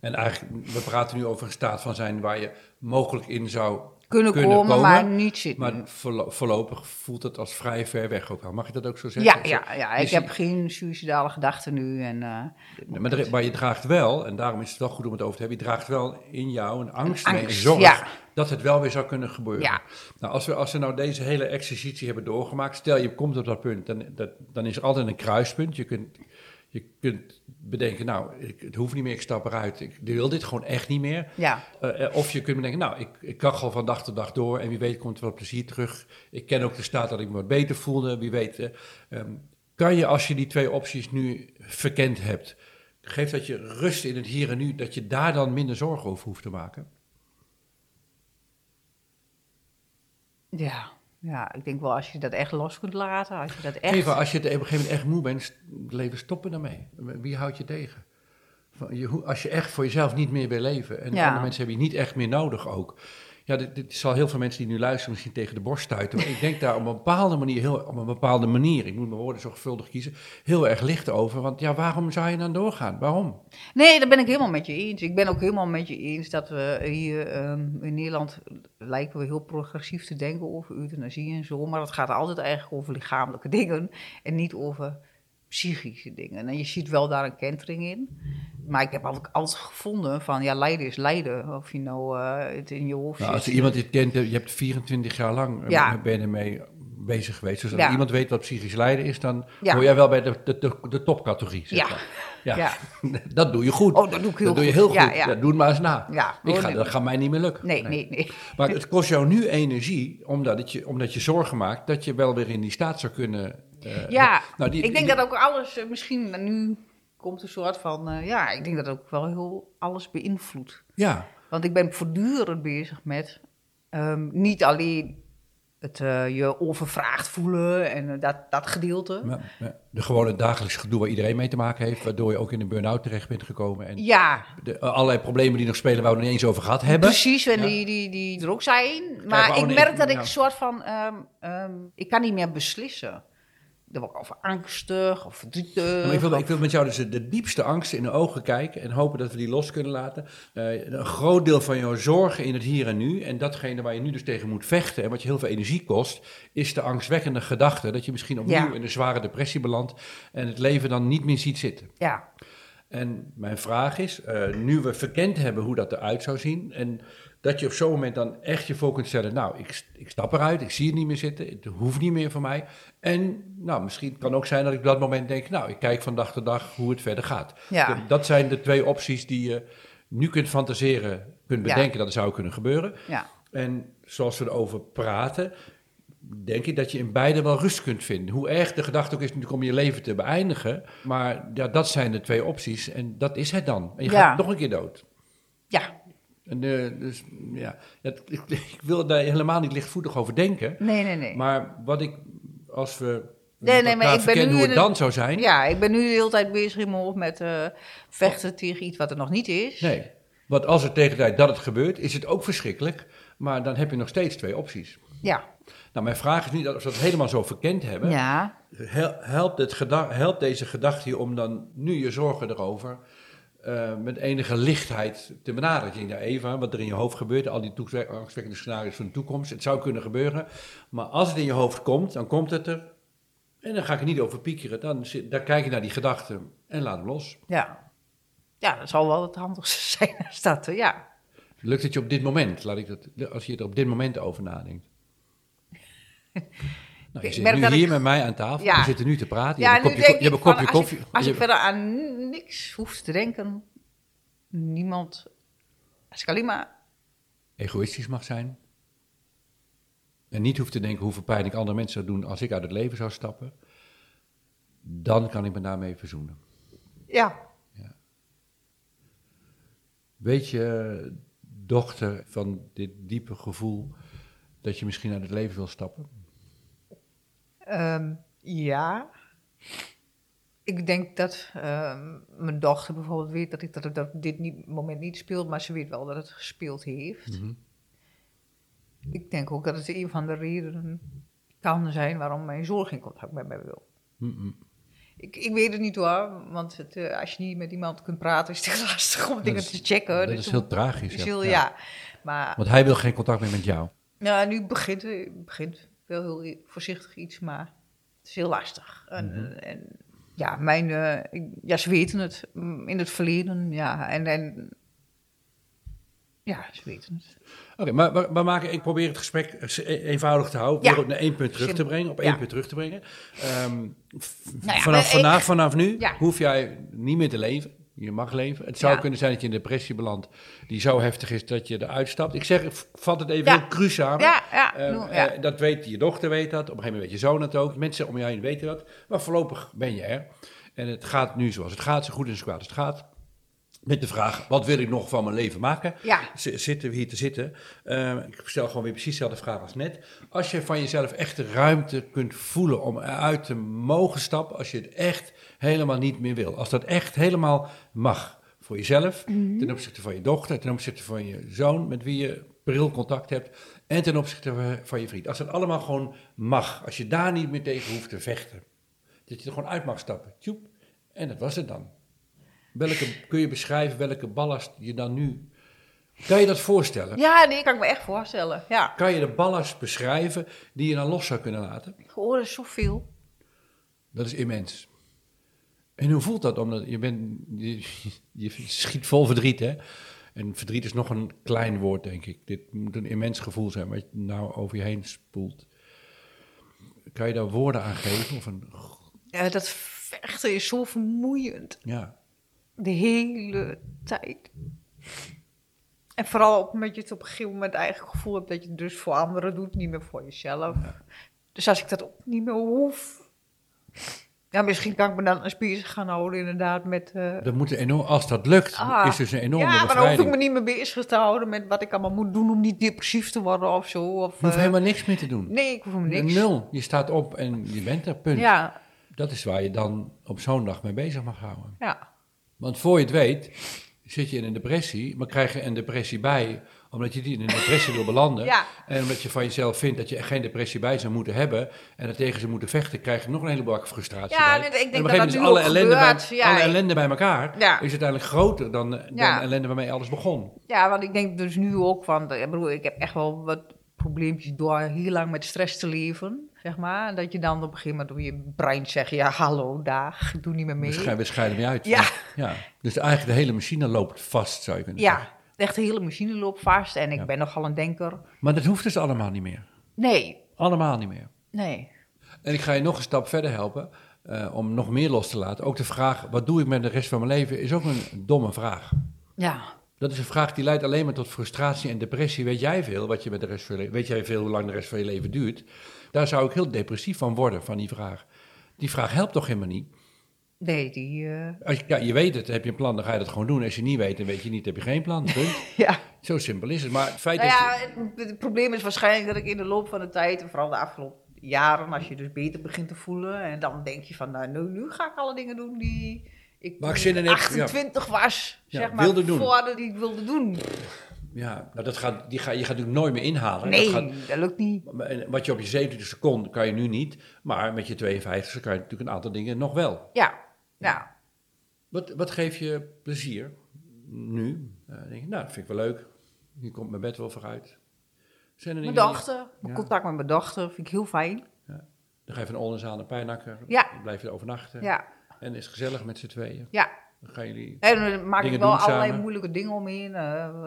[SPEAKER 2] En eigenlijk, we praten nu over een staat van zijn waar je mogelijk in zou
[SPEAKER 3] kunnen,
[SPEAKER 2] kunnen
[SPEAKER 3] komen,
[SPEAKER 2] komen,
[SPEAKER 3] maar niet zitten.
[SPEAKER 2] Maar voorlo- voorlopig voelt het als vrij ver weg ook wel. Mag je dat ook zo
[SPEAKER 3] ja,
[SPEAKER 2] zeggen?
[SPEAKER 3] ja, ja,
[SPEAKER 2] Je
[SPEAKER 3] ik
[SPEAKER 2] ziet-
[SPEAKER 3] heb geen suïcidale gedachten nu. En, eh,
[SPEAKER 2] Nee, Maar, er- maar je draagt wel, en daarom is het wel goed om het over te hebben, je draagt wel in jou een angst,
[SPEAKER 3] Een
[SPEAKER 2] mee, een
[SPEAKER 3] angst,
[SPEAKER 2] zorg,
[SPEAKER 3] ja.
[SPEAKER 2] dat het wel weer zou kunnen gebeuren.
[SPEAKER 3] Ja.
[SPEAKER 2] Nou, als, we, als we nou deze hele exercitie hebben doorgemaakt, stel je komt op dat punt, dan, dat, dan is er altijd een kruispunt. Je kunt, je Je kunt bedenken, nou, ik, het hoeft niet meer, ik stap eruit. Ik wil dit gewoon echt niet meer.
[SPEAKER 3] Ja,
[SPEAKER 2] Eh, eh, of je kunt bedenken, nou, ik, ik kan gewoon van dag tot dag door en wie weet komt er wel plezier terug. Ik ken ook de staat dat ik me wat beter voelde, wie weet. eh, ehm, kan je, als je die twee opties nu verkend hebt, geeft dat je rust in het hier en nu, dat je daar dan minder zorgen over hoeft te maken?
[SPEAKER 3] ja, ja. Ik denk wel als je dat echt los kunt laten, als je dat echt...
[SPEAKER 2] Even, als je het op een gegeven moment echt moe bent, st- leven stoppen daarmee. Wie houdt je tegen? Van, je, hoe- als je echt voor jezelf niet meer wil leven en
[SPEAKER 3] Ja.
[SPEAKER 2] andere mensen hebben je niet echt meer nodig ook. Ja, dit, dit zal heel veel mensen die nu luisteren misschien tegen de borst stuiten. Maar ik denk daar op een bepaalde manier, heel, op een bepaalde manier, ik moet mijn woorden zorgvuldig kiezen, heel erg licht over. Want ja, waarom zou je dan doorgaan? Waarom? Nou,
[SPEAKER 3] Nee, daar ben ik helemaal met je eens. Ik ben ook helemaal met je eens dat we hier ehm, in Nederland lijken we heel progressief te denken over euthanasie en zo. Maar het gaat altijd eigenlijk over lichamelijke dingen en niet over psychische dingen. En je ziet wel daar een kentering in. Maar ik heb altijd, altijd gevonden van ja, lijden is lijden. Of je nou eh, het in je hoofd
[SPEAKER 2] Nou,
[SPEAKER 3] zit.
[SPEAKER 2] als iemand dit kent, eh, je hebt 24 jaar lang eh,
[SPEAKER 3] Ja.
[SPEAKER 2] ben je ermee bezig geweest. Dus als
[SPEAKER 3] Ja.
[SPEAKER 2] iemand weet wat psychisch lijden is, dan
[SPEAKER 3] Ja.
[SPEAKER 2] hoor jij wel bij de, de, de, de topcategorie. Zeg
[SPEAKER 3] Ja.
[SPEAKER 2] maar.
[SPEAKER 3] Ja.
[SPEAKER 2] dat doe je goed.
[SPEAKER 3] Oh, dat doe ik heel
[SPEAKER 2] doe je
[SPEAKER 3] goed.
[SPEAKER 2] heel goed.
[SPEAKER 3] Ja,
[SPEAKER 2] Ja,
[SPEAKER 3] ja.
[SPEAKER 2] doe het maar eens na.
[SPEAKER 3] Ja,
[SPEAKER 2] Ik ga,
[SPEAKER 3] hoor,
[SPEAKER 2] dat gaat mij niet meer lukken.
[SPEAKER 3] nee, nee, nee.
[SPEAKER 2] Maar het kost jou nu energie, omdat, het je, omdat je zorgen maakt dat je wel weer in die staat zou kunnen. eh,
[SPEAKER 3] Ja,
[SPEAKER 2] nou, die-
[SPEAKER 3] ik denk
[SPEAKER 2] die-
[SPEAKER 3] dat ook alles, eh, misschien nu komt een soort van, eh, ja, ik denk dat ook wel heel alles beïnvloedt.
[SPEAKER 2] Ja,
[SPEAKER 3] Want ik ben voortdurend bezig met ehm, niet alleen het eh, je onvervraagd voelen en eh, dat, dat gedeelte.
[SPEAKER 2] maar, maar de gewone dagelijks gedoe waar iedereen mee te maken heeft, waardoor je ook in een burn-out terecht bent gekomen. En
[SPEAKER 3] Ja,
[SPEAKER 2] de, eh, allerlei problemen die nog spelen waar we het niet eens over gehad hebben.
[SPEAKER 3] precies, en
[SPEAKER 2] Ja.
[SPEAKER 3] die, die, die er ook zijn.
[SPEAKER 2] we
[SPEAKER 3] Maar ik
[SPEAKER 2] ook
[SPEAKER 3] merk
[SPEAKER 2] niet-
[SPEAKER 3] dat ik
[SPEAKER 2] ja.
[SPEAKER 3] een soort van, ehm, ehm, ik kan niet meer beslissen. Dan word ik over angstig of verdrietig.
[SPEAKER 2] Ja, maar ik, wil,
[SPEAKER 3] of-
[SPEAKER 2] ik wil met jou dus de- de diepste angsten in de ogen kijken en hopen dat we die los kunnen laten. Eh, een groot deel van jouw zorgen in het hier en nu en datgene waar je nu dus tegen moet vechten en wat je heel veel energie kost, is de angstwekkende gedachte dat je misschien opnieuw
[SPEAKER 3] Ja.
[SPEAKER 2] in een zware depressie belandt en het leven dan niet meer ziet zitten.
[SPEAKER 3] Ja,
[SPEAKER 2] En mijn vraag is, eh, nu we verkend hebben hoe dat eruit zou zien en dat je op zo'n moment dan echt je voor kunt stellen, nou, ik, st- ik stap eruit, ik zie het niet meer zitten, het hoeft niet meer van mij. En nou, misschien kan ook zijn dat ik op dat moment denk, nou, ik kijk van dag tot dag hoe het verder gaat.
[SPEAKER 3] Ja.
[SPEAKER 2] De- dat zijn de twee opties die je nu kunt fantaseren, kunt
[SPEAKER 3] Ja.
[SPEAKER 2] bedenken dat het zou kunnen gebeuren.
[SPEAKER 3] ja.
[SPEAKER 2] En zoals we erover praten, denk ik dat je in beide wel rust kunt vinden. Hoe erg de gedachte ook is natuurlijk om je leven te beëindigen. Maar ja, dat zijn de twee opties en dat is het dan. En je
[SPEAKER 3] Ja.
[SPEAKER 2] gaat nog een keer dood.
[SPEAKER 3] ja.
[SPEAKER 2] En, eh, dus ja, het- ik, ik wil daar helemaal niet lichtvoetig over denken.
[SPEAKER 3] nee, nee, nee.
[SPEAKER 2] Maar wat ik, als we
[SPEAKER 3] Nee,
[SPEAKER 2] met
[SPEAKER 3] nee,
[SPEAKER 2] elkaar
[SPEAKER 3] maar ik ben
[SPEAKER 2] verkennen
[SPEAKER 3] nu
[SPEAKER 2] hoe
[SPEAKER 3] in
[SPEAKER 2] het
[SPEAKER 3] een-
[SPEAKER 2] dan zou zijn.
[SPEAKER 3] Ja, ik ben nu de hele tijd bezig in mijn hoofd met eh, vechten tegen iets wat er nog niet is.
[SPEAKER 2] Nee, want als het tegen de tijd dat het gebeurt, is het ook verschrikkelijk. Maar dan heb je nog steeds twee opties.
[SPEAKER 3] Ja.
[SPEAKER 2] Nou, mijn vraag is niet dat we dat helemaal zo verkend hebben.
[SPEAKER 3] Ja.
[SPEAKER 2] Hel- Helpt, het geda- helpt deze gedachte je om dan nu je zorgen erover eh, met enige lichtheid te benaderen? Je denkt, nou, Eva, wat er in je hoofd gebeurt, al die toekwek- angstwekkende scenario's van de toekomst, het zou kunnen gebeuren. Maar als het in je hoofd komt, dan komt het er. En dan ga ik er niet over piekeren. Dan, zit- dan kijk je naar die gedachten en laat hem los.
[SPEAKER 3] Ja. Ja, dat zal wel het handigste zijn als dat, hè, ja.
[SPEAKER 2] Lukt het je op dit moment? Laat ik dat, als je er op dit moment over nadenkt. Nou, je
[SPEAKER 3] Ik
[SPEAKER 2] zit
[SPEAKER 3] merk
[SPEAKER 2] nu
[SPEAKER 3] dat ik-
[SPEAKER 2] hier met mij aan tafel.
[SPEAKER 3] Ja.
[SPEAKER 2] We zitten nu te praten. Je
[SPEAKER 3] ja,
[SPEAKER 2] hebt een
[SPEAKER 3] nu
[SPEAKER 2] kopje,
[SPEAKER 3] denk
[SPEAKER 2] ko- je hebt
[SPEAKER 3] ik
[SPEAKER 2] een kopje
[SPEAKER 3] van, als
[SPEAKER 2] koffie.
[SPEAKER 3] Ik, als
[SPEAKER 2] Je
[SPEAKER 3] ik verder aan niks hoef te denken, niemand, als ik alleen maar...
[SPEAKER 2] egoïstisch mag zijn. En niet hoef te denken hoeveel pijn ik andere mensen zou doen als ik uit het leven zou stappen. Dan kan ik me daarmee verzoenen.
[SPEAKER 3] Ja,
[SPEAKER 2] Weet je, dochter, van dit diepe gevoel dat je misschien uit het leven wil stappen?
[SPEAKER 3] ehm, ja. Ik denk dat ehm, mijn dochter bijvoorbeeld weet dat ik dat, dat dit niet, moment niet speelt, maar ze weet wel dat het gespeeld heeft.
[SPEAKER 2] Mhm.
[SPEAKER 3] Ik denk ook dat het een van de redenen kan zijn waarom mijn zorg in contact met mij wil.
[SPEAKER 2] Mm-mm.
[SPEAKER 3] Ik, ik weet het niet hoor, want het, eh, als je niet met iemand kunt praten is het heel lastig om dingen
[SPEAKER 2] is-
[SPEAKER 3] te checken.
[SPEAKER 2] Dat
[SPEAKER 3] Dus
[SPEAKER 2] is
[SPEAKER 3] dan-
[SPEAKER 2] heel tragisch.
[SPEAKER 3] is
[SPEAKER 2] ja.
[SPEAKER 3] heel-
[SPEAKER 2] Ja.
[SPEAKER 3] ja. Maar
[SPEAKER 2] Want hij wil geen contact meer met jou.
[SPEAKER 3] nou, nu begint, eh, begint wel heel voorzichtig iets, maar het is heel lastig. En, eh, en ja, mijn, eh, ik- ja, ze weten het mm, in het verleden, ja. En, en Ja, ze weten het.
[SPEAKER 2] Oké, maar, maar, maar maken, ik probeer het gesprek eh, eenvoudig te houden.
[SPEAKER 3] Ja.
[SPEAKER 2] Probeer het naar één punt terug te
[SPEAKER 3] Simpel.
[SPEAKER 2] brengen. Op
[SPEAKER 3] Ja.
[SPEAKER 2] één punt terug te brengen. Ehm, v-
[SPEAKER 3] Nou ja,
[SPEAKER 2] vanaf
[SPEAKER 3] eh,
[SPEAKER 2] vandaag,
[SPEAKER 3] eh,
[SPEAKER 2] vanaf nu,
[SPEAKER 3] ja.
[SPEAKER 2] hoef jij niet meer te leven. Je mag leven. Het zou
[SPEAKER 3] Ja.
[SPEAKER 2] kunnen zijn dat je in een depressie belandt die zo heftig is dat je eruit stapt. Ik zeg, ik vat het even
[SPEAKER 3] Ja.
[SPEAKER 2] heel cru samen.
[SPEAKER 3] Ja, ja,
[SPEAKER 2] Eh,
[SPEAKER 3] noem- ja.
[SPEAKER 2] eh, dat weet je dochter, weet dat. Op een gegeven moment weet je zoon het ook. Mensen om je heen weten dat. Maar voorlopig ben je er. En het gaat nu zoals het gaat, zo goed en zo kwaad als het gaat. Met de vraag, wat wil ik nog van mijn leven maken?
[SPEAKER 3] Ja.
[SPEAKER 2] Z- Zitten we hier te zitten? Eh, ik stel gewoon weer precies dezelfde vraag als net. Als je van jezelf echt de ruimte kunt voelen om eruit te mogen stappen... als je het echt helemaal niet meer wil. Als dat echt helemaal mag voor jezelf... ten opzichte van je dochter, ten opzichte van je zoon... met wie je pril contact hebt... en ten opzichte van- van je vriend. Als dat allemaal gewoon mag. Als je daar niet meer tegen hoeft te vechten. Dat je er gewoon uit mag stappen. Tjoep. En dat was het dan. Welke, kun je beschrijven welke ballast je dan nu... Kan je dat voorstellen?
[SPEAKER 3] Ja, nee, kan ik me echt voorstellen. Ja.
[SPEAKER 2] Kan je de ballast beschrijven die je dan los zou kunnen laten?
[SPEAKER 3] Gehoord is zoveel.
[SPEAKER 2] Dat is immens. En hoe voelt dat? Omdat je, bent, je, je schiet vol verdriet, hè? En verdriet is nog een klein woord, denk ik. Dit moet een immens gevoel zijn wat je nou over je heen spoelt. Kan je daar woorden aan geven? Of een,
[SPEAKER 3] Ja, dat vechten is zo vermoeiend.
[SPEAKER 2] ja.
[SPEAKER 3] De hele tijd. En vooral op het moment dat je het op een gegeven moment eigenlijk gevoel hebt dat je het dus voor anderen doet, niet meer voor jezelf. Dus als ik dat ook niet meer hoef. Ja, misschien kan ik me dan een spier gaan houden, inderdaad. Met, eh,
[SPEAKER 2] Dat moet een enorm, als dat lukt,
[SPEAKER 3] ah,
[SPEAKER 2] is dus een enorme
[SPEAKER 3] Ja, maar dan hoef ik
[SPEAKER 2] bevrijding.
[SPEAKER 3] me niet meer bezig te houden met wat ik allemaal moet doen om niet depressief te worden of zo. Of,
[SPEAKER 2] Je hoeft
[SPEAKER 3] eh,
[SPEAKER 2] helemaal niks meer te doen.
[SPEAKER 3] Nee, ik hoef me niks.
[SPEAKER 2] Nul. Je staat op en je bent er, punt.
[SPEAKER 3] Ja,
[SPEAKER 2] Dat is waar je dan op zo'n dag mee bezig mag houden.
[SPEAKER 3] ja.
[SPEAKER 2] Want voor je het weet, zit je in een depressie, maar krijg je een depressie bij, omdat je niet in een depressie wil belanden.
[SPEAKER 3] Ja.
[SPEAKER 2] En omdat je van jezelf vindt dat je er geen depressie bij zou moeten hebben en er tegen ze moeten vechten, krijg je nog een heleboel frustratie.
[SPEAKER 3] Ja,
[SPEAKER 2] bij.
[SPEAKER 3] en ik denk
[SPEAKER 2] en op een
[SPEAKER 3] dat
[SPEAKER 2] gegeven
[SPEAKER 3] dat
[SPEAKER 2] moment is alle,
[SPEAKER 3] nu ook
[SPEAKER 2] ellende bij,
[SPEAKER 3] gebeurt. Ja,
[SPEAKER 2] alle
[SPEAKER 3] ik-
[SPEAKER 2] ellende bij elkaar
[SPEAKER 3] Ja.
[SPEAKER 2] is uiteindelijk groter dan, dan
[SPEAKER 3] Ja.
[SPEAKER 2] de ellende waarmee alles begon.
[SPEAKER 3] Ja, want ik denk dus nu ook, want eh, ik bedoel, ik heb echt wel wat probleempjes door heel lang met stress te leven, zeg maar. Dat je dan op een gegeven moment door je brein zegt, ja, hallo, dag, doe niet meer
[SPEAKER 2] We,
[SPEAKER 3] mee.
[SPEAKER 2] schij- Dus we scheiden weer uit.
[SPEAKER 3] Ja.
[SPEAKER 2] ja. Dus eigenlijk de hele machine loopt vast, zou je kunnen zeggen.
[SPEAKER 3] Ja, echt de hele machine loopt vast en ik
[SPEAKER 2] Ja.
[SPEAKER 3] ben nogal een denker.
[SPEAKER 2] Maar dat hoeft dus allemaal niet meer.
[SPEAKER 3] Nee,
[SPEAKER 2] Allemaal niet meer.
[SPEAKER 3] nee.
[SPEAKER 2] En ik ga je nog een stap verder helpen eh, om nog meer los te laten. Ook de vraag, wat doe ik met de rest van mijn leven, is ook een domme vraag.
[SPEAKER 3] Ja,
[SPEAKER 2] Dat is een vraag die leidt alleen maar tot frustratie en depressie. Weet jij veel wat je met de rest van je leven, weet jij veel hoe lang de rest van je leven duurt? Daar zou ik heel depressief van worden, van die vraag. Die vraag helpt toch helemaal niet?
[SPEAKER 3] nee, die... eh,
[SPEAKER 2] Als je, ja, je weet het, heb je een plan, dan ga je dat gewoon doen. Als je niet weet, dan weet je niet, heb je geen plan. Punt.
[SPEAKER 3] ja.
[SPEAKER 2] Zo simpel is het. Maar het feit
[SPEAKER 3] Nou
[SPEAKER 2] is...
[SPEAKER 3] ja, het, het probleem is waarschijnlijk dat ik in de loop van de tijd, en vooral de afgelopen jaren, als je dus beter begint te voelen, en dan denk je van, nou, nu, nu ga ik alle dingen doen die ik,
[SPEAKER 2] Waar ik
[SPEAKER 3] toen
[SPEAKER 2] zin in heb, ja.
[SPEAKER 3] 28 was,
[SPEAKER 2] Ja,
[SPEAKER 3] zeg maar,
[SPEAKER 2] wilde doen.
[SPEAKER 3] voordat ik wilde doen.
[SPEAKER 2] Ja, nou, dat gaat, die ga, je gaat natuurlijk nooit meer inhalen.
[SPEAKER 3] Nee,
[SPEAKER 2] Dat gaat,
[SPEAKER 3] dat lukt niet.
[SPEAKER 2] En Wat je op je 27 seconden kan je nu niet, maar met je 52 kan je natuurlijk een aantal dingen nog wel.
[SPEAKER 3] Ja, nou,
[SPEAKER 2] Wat, wat geeft je plezier nu? Eh, denk je, nou, dat vind ik wel leuk. Hier komt mijn bed wel vooruit. Zijn er
[SPEAKER 3] mijn
[SPEAKER 2] dingen die-
[SPEAKER 3] dochter, mijn
[SPEAKER 2] Ja.
[SPEAKER 3] contact met mijn dochter vind ik heel fijn.
[SPEAKER 2] Dan ga je van Oldenzaal naar Pijnakker.
[SPEAKER 3] Ja.
[SPEAKER 2] Dan blijf je er overnachten.
[SPEAKER 3] Ja,
[SPEAKER 2] En is gezellig met z'n tweeën.
[SPEAKER 3] ja.
[SPEAKER 2] Dan gaan jullie,
[SPEAKER 3] En dan maak
[SPEAKER 2] Dingen
[SPEAKER 3] ik wel
[SPEAKER 2] doen
[SPEAKER 3] allerlei
[SPEAKER 2] samen.
[SPEAKER 3] moeilijke dingen omheen. eh,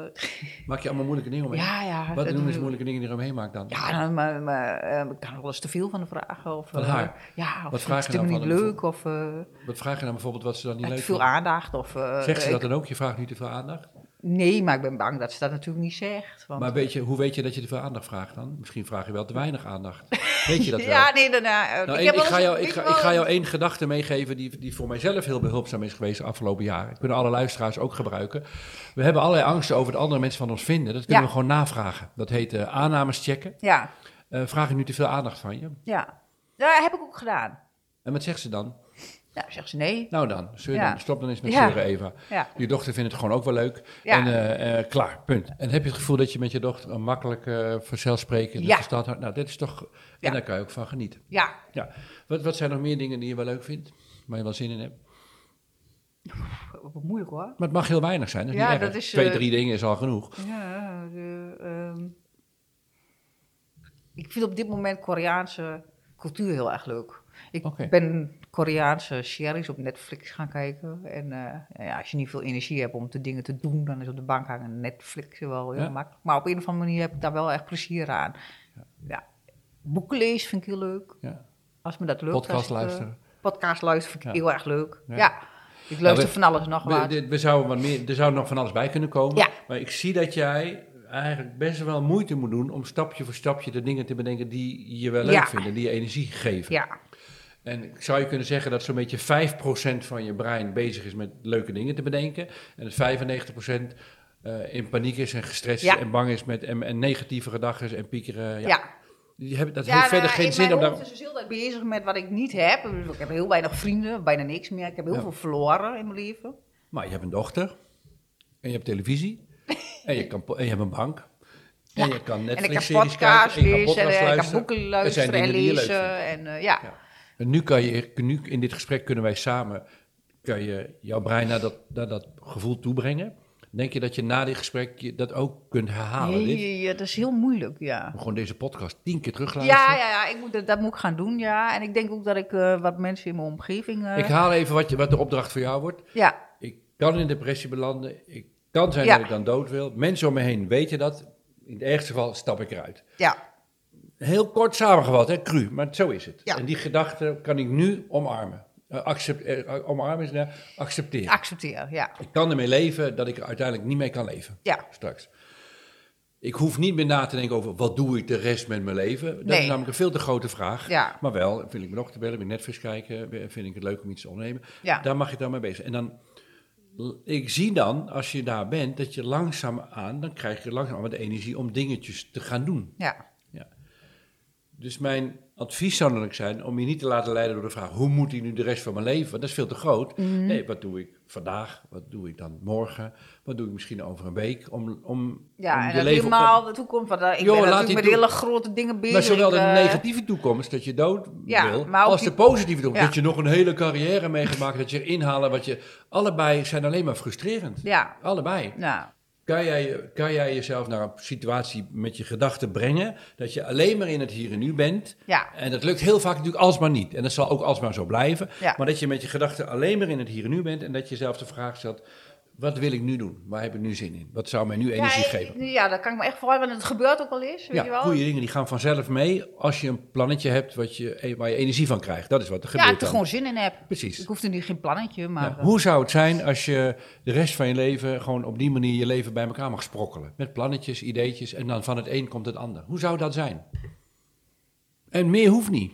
[SPEAKER 2] maak je allemaal moeilijke dingen omheen.
[SPEAKER 3] ja, ja.
[SPEAKER 2] wat
[SPEAKER 3] dat
[SPEAKER 2] noemen
[SPEAKER 3] doe
[SPEAKER 2] ze
[SPEAKER 3] ik.
[SPEAKER 2] moeilijke dingen die je eromheen maakt dan?
[SPEAKER 3] Ja, dan, maar, maar, eh, ik kan er wel eens te veel van de vragen. Of,
[SPEAKER 2] Van
[SPEAKER 3] eh,
[SPEAKER 2] haar?
[SPEAKER 3] ja, of
[SPEAKER 2] Wat vraag je
[SPEAKER 3] het is
[SPEAKER 2] nou van
[SPEAKER 3] niet
[SPEAKER 2] haar
[SPEAKER 3] leuk of eh,
[SPEAKER 2] Wat vraag je dan bijvoorbeeld wat ze dan niet
[SPEAKER 3] te
[SPEAKER 2] leuk
[SPEAKER 3] veel
[SPEAKER 2] vinden?
[SPEAKER 3] aandacht. Of, eh,
[SPEAKER 2] Zegt ze
[SPEAKER 3] ik-
[SPEAKER 2] dat dan ook? Je vraagt nu te veel aandacht.
[SPEAKER 3] Nee, maar ik ben bang dat ze dat natuurlijk niet zegt. Want,
[SPEAKER 2] Maar weet je, hoe weet je dat je te veel aandacht vraagt dan? Misschien vraag je wel te weinig aandacht. Weet je dat wel?
[SPEAKER 3] ja, nee, daarna. eh,
[SPEAKER 2] Nou,
[SPEAKER 3] ik,
[SPEAKER 2] één-
[SPEAKER 3] heb
[SPEAKER 2] ik,
[SPEAKER 3] wel
[SPEAKER 2] ga
[SPEAKER 3] eens-
[SPEAKER 2] jou, ik,
[SPEAKER 3] weet
[SPEAKER 2] ga,
[SPEAKER 3] je
[SPEAKER 2] ik
[SPEAKER 3] wel-
[SPEAKER 2] ga jou één gedachte meegeven die, die voor mijzelf heel behulpzaam is geweest de afgelopen jaren. Dat kunnen alle luisteraars ook gebruiken. We hebben allerlei angsten over wat andere mensen van ons vinden. Dat kunnen
[SPEAKER 3] Ja.
[SPEAKER 2] we gewoon navragen. Dat heet eh, aannames checken.
[SPEAKER 3] Ja,
[SPEAKER 2] Eh, vraag ik nu te veel aandacht van je?
[SPEAKER 3] ja. Ja, dat heb ik ook gedaan.
[SPEAKER 2] En wat zegt ze dan?
[SPEAKER 3] Nou, zegt ze nee.
[SPEAKER 2] Nou dan, zeur
[SPEAKER 3] Ja.
[SPEAKER 2] dan. stop dan eens met
[SPEAKER 3] Ja.
[SPEAKER 2] zeuren Eva.
[SPEAKER 3] Ja.
[SPEAKER 2] Je dochter vindt het gewoon ook wel leuk.
[SPEAKER 3] Ja.
[SPEAKER 2] En eh, eh, klaar, punt. En heb je het gevoel dat je met je dochter een makkelijk eh vanzelfsprekend
[SPEAKER 3] Ja.
[SPEAKER 2] gestart houdt? Nou, dit is toch...
[SPEAKER 3] Ja.
[SPEAKER 2] En daar kan je ook van genieten.
[SPEAKER 3] Ja,
[SPEAKER 2] Ja. Wat, wat zijn nog meer dingen die je wel leuk vindt? Waar je wel zin in hebt?
[SPEAKER 3] wat moeilijk hoor.
[SPEAKER 2] Maar het mag heel weinig zijn. Dat is
[SPEAKER 3] Ja,
[SPEAKER 2] niet erg.
[SPEAKER 3] dat is,
[SPEAKER 2] Twee,
[SPEAKER 3] eh,
[SPEAKER 2] drie dingen is al genoeg.
[SPEAKER 3] Ja, de, ehm, ik vind op dit moment Koreaanse cultuur heel erg leuk. Ik
[SPEAKER 2] Oké.
[SPEAKER 3] ben Koreaanse series op Netflix gaan kijken. En eh, ja, als je niet veel energie hebt om te dingen te doen, dan is op de bank hangen Netflix wel heel
[SPEAKER 2] Ja.
[SPEAKER 3] makkelijk. Maar op een of andere manier heb ik daar wel echt plezier aan. Ja. Boeken lezen vind ik heel leuk.
[SPEAKER 2] Ja.
[SPEAKER 3] Als me dat lukt.
[SPEAKER 2] Podcast
[SPEAKER 3] als ik, eh,
[SPEAKER 2] luisteren.
[SPEAKER 3] podcast luisteren vind ik
[SPEAKER 2] Ja.
[SPEAKER 3] heel erg leuk.
[SPEAKER 2] Ja.
[SPEAKER 3] Ja. Ik luister
[SPEAKER 2] we-
[SPEAKER 3] van alles nog
[SPEAKER 2] Nou, We,
[SPEAKER 3] wat.
[SPEAKER 2] dit- we zouden wat meer, er zou nog van alles bij kunnen komen.
[SPEAKER 3] Ja.
[SPEAKER 2] Maar ik zie dat jij eigenlijk best wel moeite moet doen om stapje voor stapje de dingen te bedenken die je wel leuk
[SPEAKER 3] Ja.
[SPEAKER 2] vindt en die je energie geven.
[SPEAKER 3] Ja.
[SPEAKER 2] En ik zou je kunnen zeggen dat zo'n beetje 5% van je brein bezig is met leuke dingen te bedenken. En dat 95% eh, in paniek is en gestrest
[SPEAKER 3] Ja.
[SPEAKER 2] en bang is met, en, en negatieve gedachten en piekeren. Ja.
[SPEAKER 3] Ja.
[SPEAKER 2] Die hebben, dat
[SPEAKER 3] Ja,
[SPEAKER 2] heeft
[SPEAKER 3] nou,
[SPEAKER 2] verder geen
[SPEAKER 3] in
[SPEAKER 2] zin
[SPEAKER 3] mijn
[SPEAKER 2] om daar...
[SPEAKER 3] hoofd is dus heel erg bezig met wat ik niet heb. Ik bedoel, Ik heb heel weinig vrienden, bijna niks meer. Ik heb heel
[SPEAKER 2] Ja.
[SPEAKER 3] veel verloren in mijn leven.
[SPEAKER 2] Maar je hebt een dochter. En je hebt televisie. en, je kan, po- en je hebt een bank. En je kan
[SPEAKER 3] En ik heb
[SPEAKER 2] Netflix-series
[SPEAKER 3] podcasts
[SPEAKER 2] kijken. En je kan
[SPEAKER 3] lezen, en,
[SPEAKER 2] podcasts
[SPEAKER 3] eh, ik heb
[SPEAKER 2] luisteren.
[SPEAKER 3] boeken
[SPEAKER 2] Er zijn
[SPEAKER 3] luisteren en
[SPEAKER 2] dingen die je leuk vindt.
[SPEAKER 3] lezen. En, eh, ja.
[SPEAKER 2] Ja. En nu kan je, nu in dit gesprek kunnen wij samen kan je jouw brein naar dat, naar dat gevoel toebrengen. Denk je dat je na dit gesprek je dat ook kunt herhalen?
[SPEAKER 3] Nee,
[SPEAKER 2] Dit?
[SPEAKER 3] ja, dat is heel moeilijk, ja.
[SPEAKER 2] Gewoon deze podcast tien keer terugluisteren.
[SPEAKER 3] Ja, ja, ja ik moet, dat, dat moet ik gaan doen, ja. En ik denk ook dat ik eh, wat mensen in mijn omgeving... eh,
[SPEAKER 2] Ik haal even wat, je, wat de opdracht voor jou wordt.
[SPEAKER 3] ja,
[SPEAKER 2] Ik kan in depressie belanden. Ik kan zijn
[SPEAKER 3] Ja.
[SPEAKER 2] dat ik dan dood wil. Mensen om me heen weten dat. In het ergste geval stap ik eruit.
[SPEAKER 3] ja,
[SPEAKER 2] Heel kort samengevat, hè, cru, maar zo is het.
[SPEAKER 3] Ja.
[SPEAKER 2] En die gedachte kan ik nu omarmen. Eh, accept, eh, omarmen is nou, accepteren.
[SPEAKER 3] accepteer, ja.
[SPEAKER 2] Ik kan ermee leven dat ik er uiteindelijk niet mee kan leven.
[SPEAKER 3] Ja.
[SPEAKER 2] Straks. Ik hoef niet meer na te denken over wat doe ik de rest met mijn leven. Dat
[SPEAKER 3] Nee.
[SPEAKER 2] is namelijk een veel te grote vraag.
[SPEAKER 3] Ja.
[SPEAKER 2] Maar wel, vind ik me nog te bellen, weer Netflix kijken, weer- vind ik het leuk om iets te ondernemen.
[SPEAKER 3] Ja.
[SPEAKER 2] Daar mag je dan mee bezig. En dan, ik zie dan, als je daar bent, dat je langzaamaan, dan krijg je langzaamaan de energie om dingetjes te gaan doen.
[SPEAKER 3] Ja,
[SPEAKER 2] Dus mijn advies zou dan ook zijn om je niet te laten leiden door de vraag: hoe moet ik nu de rest van mijn leven? Want dat is veel te groot.
[SPEAKER 3] Mhm.
[SPEAKER 2] Nee, wat doe ik vandaag? Wat doe ik dan morgen? Wat doe ik misschien over een week? Om, om, om
[SPEAKER 3] ja en
[SPEAKER 2] je
[SPEAKER 3] dat
[SPEAKER 2] leven op-
[SPEAKER 3] helemaal de toekomst. Want eh, ik
[SPEAKER 2] Joh,
[SPEAKER 3] ben
[SPEAKER 2] laat
[SPEAKER 3] natuurlijk
[SPEAKER 2] die
[SPEAKER 3] met
[SPEAKER 2] doen.
[SPEAKER 3] hele grote dingen bezig.
[SPEAKER 2] Maar zowel de
[SPEAKER 3] eh,
[SPEAKER 2] negatieve toekomst, dat je dood
[SPEAKER 3] Ja,
[SPEAKER 2] wil,
[SPEAKER 3] maar ook
[SPEAKER 2] als
[SPEAKER 3] die-
[SPEAKER 2] de positieve toekomst,
[SPEAKER 3] ja.
[SPEAKER 2] dat je nog een hele carrière meegemaakt, dat je inhalen wat je... Allebei zijn alleen maar frustrerend.
[SPEAKER 3] Ja.
[SPEAKER 2] Allebei.
[SPEAKER 3] Nou,
[SPEAKER 2] Kan jij, kan jij jezelf naar een situatie met je gedachten brengen, dat je alleen maar in het hier en nu bent,
[SPEAKER 3] ja,
[SPEAKER 2] En dat lukt heel vaak natuurlijk alsmaar niet. En dat zal ook alsmaar zo blijven.
[SPEAKER 3] Ja.
[SPEAKER 2] Maar dat je met je gedachten alleen maar in het hier en nu bent. En dat je zelf de vraag stelt: wat wil ik nu doen? Waar heb ik nu zin in? Wat zou mij nu energie
[SPEAKER 3] ja,
[SPEAKER 2] geven?
[SPEAKER 3] ik- Ja, dat kan ik me echt voor, want het gebeurt ook al eens, weet je
[SPEAKER 2] Ja,
[SPEAKER 3] wel.
[SPEAKER 2] goede dingen die gaan vanzelf mee als je een plannetje hebt wat je, waar je energie van krijgt. Dat is wat er
[SPEAKER 3] ja,
[SPEAKER 2] gebeurt.
[SPEAKER 3] ik er
[SPEAKER 2] dan.
[SPEAKER 3] gewoon zin in heb.
[SPEAKER 2] Precies.
[SPEAKER 3] Ik hoef er nu geen plannetje, maar...
[SPEAKER 2] Ja,
[SPEAKER 3] eh,
[SPEAKER 2] hoe zou het zijn als je de rest van je leven gewoon op die manier je leven bij elkaar mag sprokkelen? Met plannetjes, ideetjes en dan van het een komt het ander. Hoe zou dat zijn? En meer hoeft niet.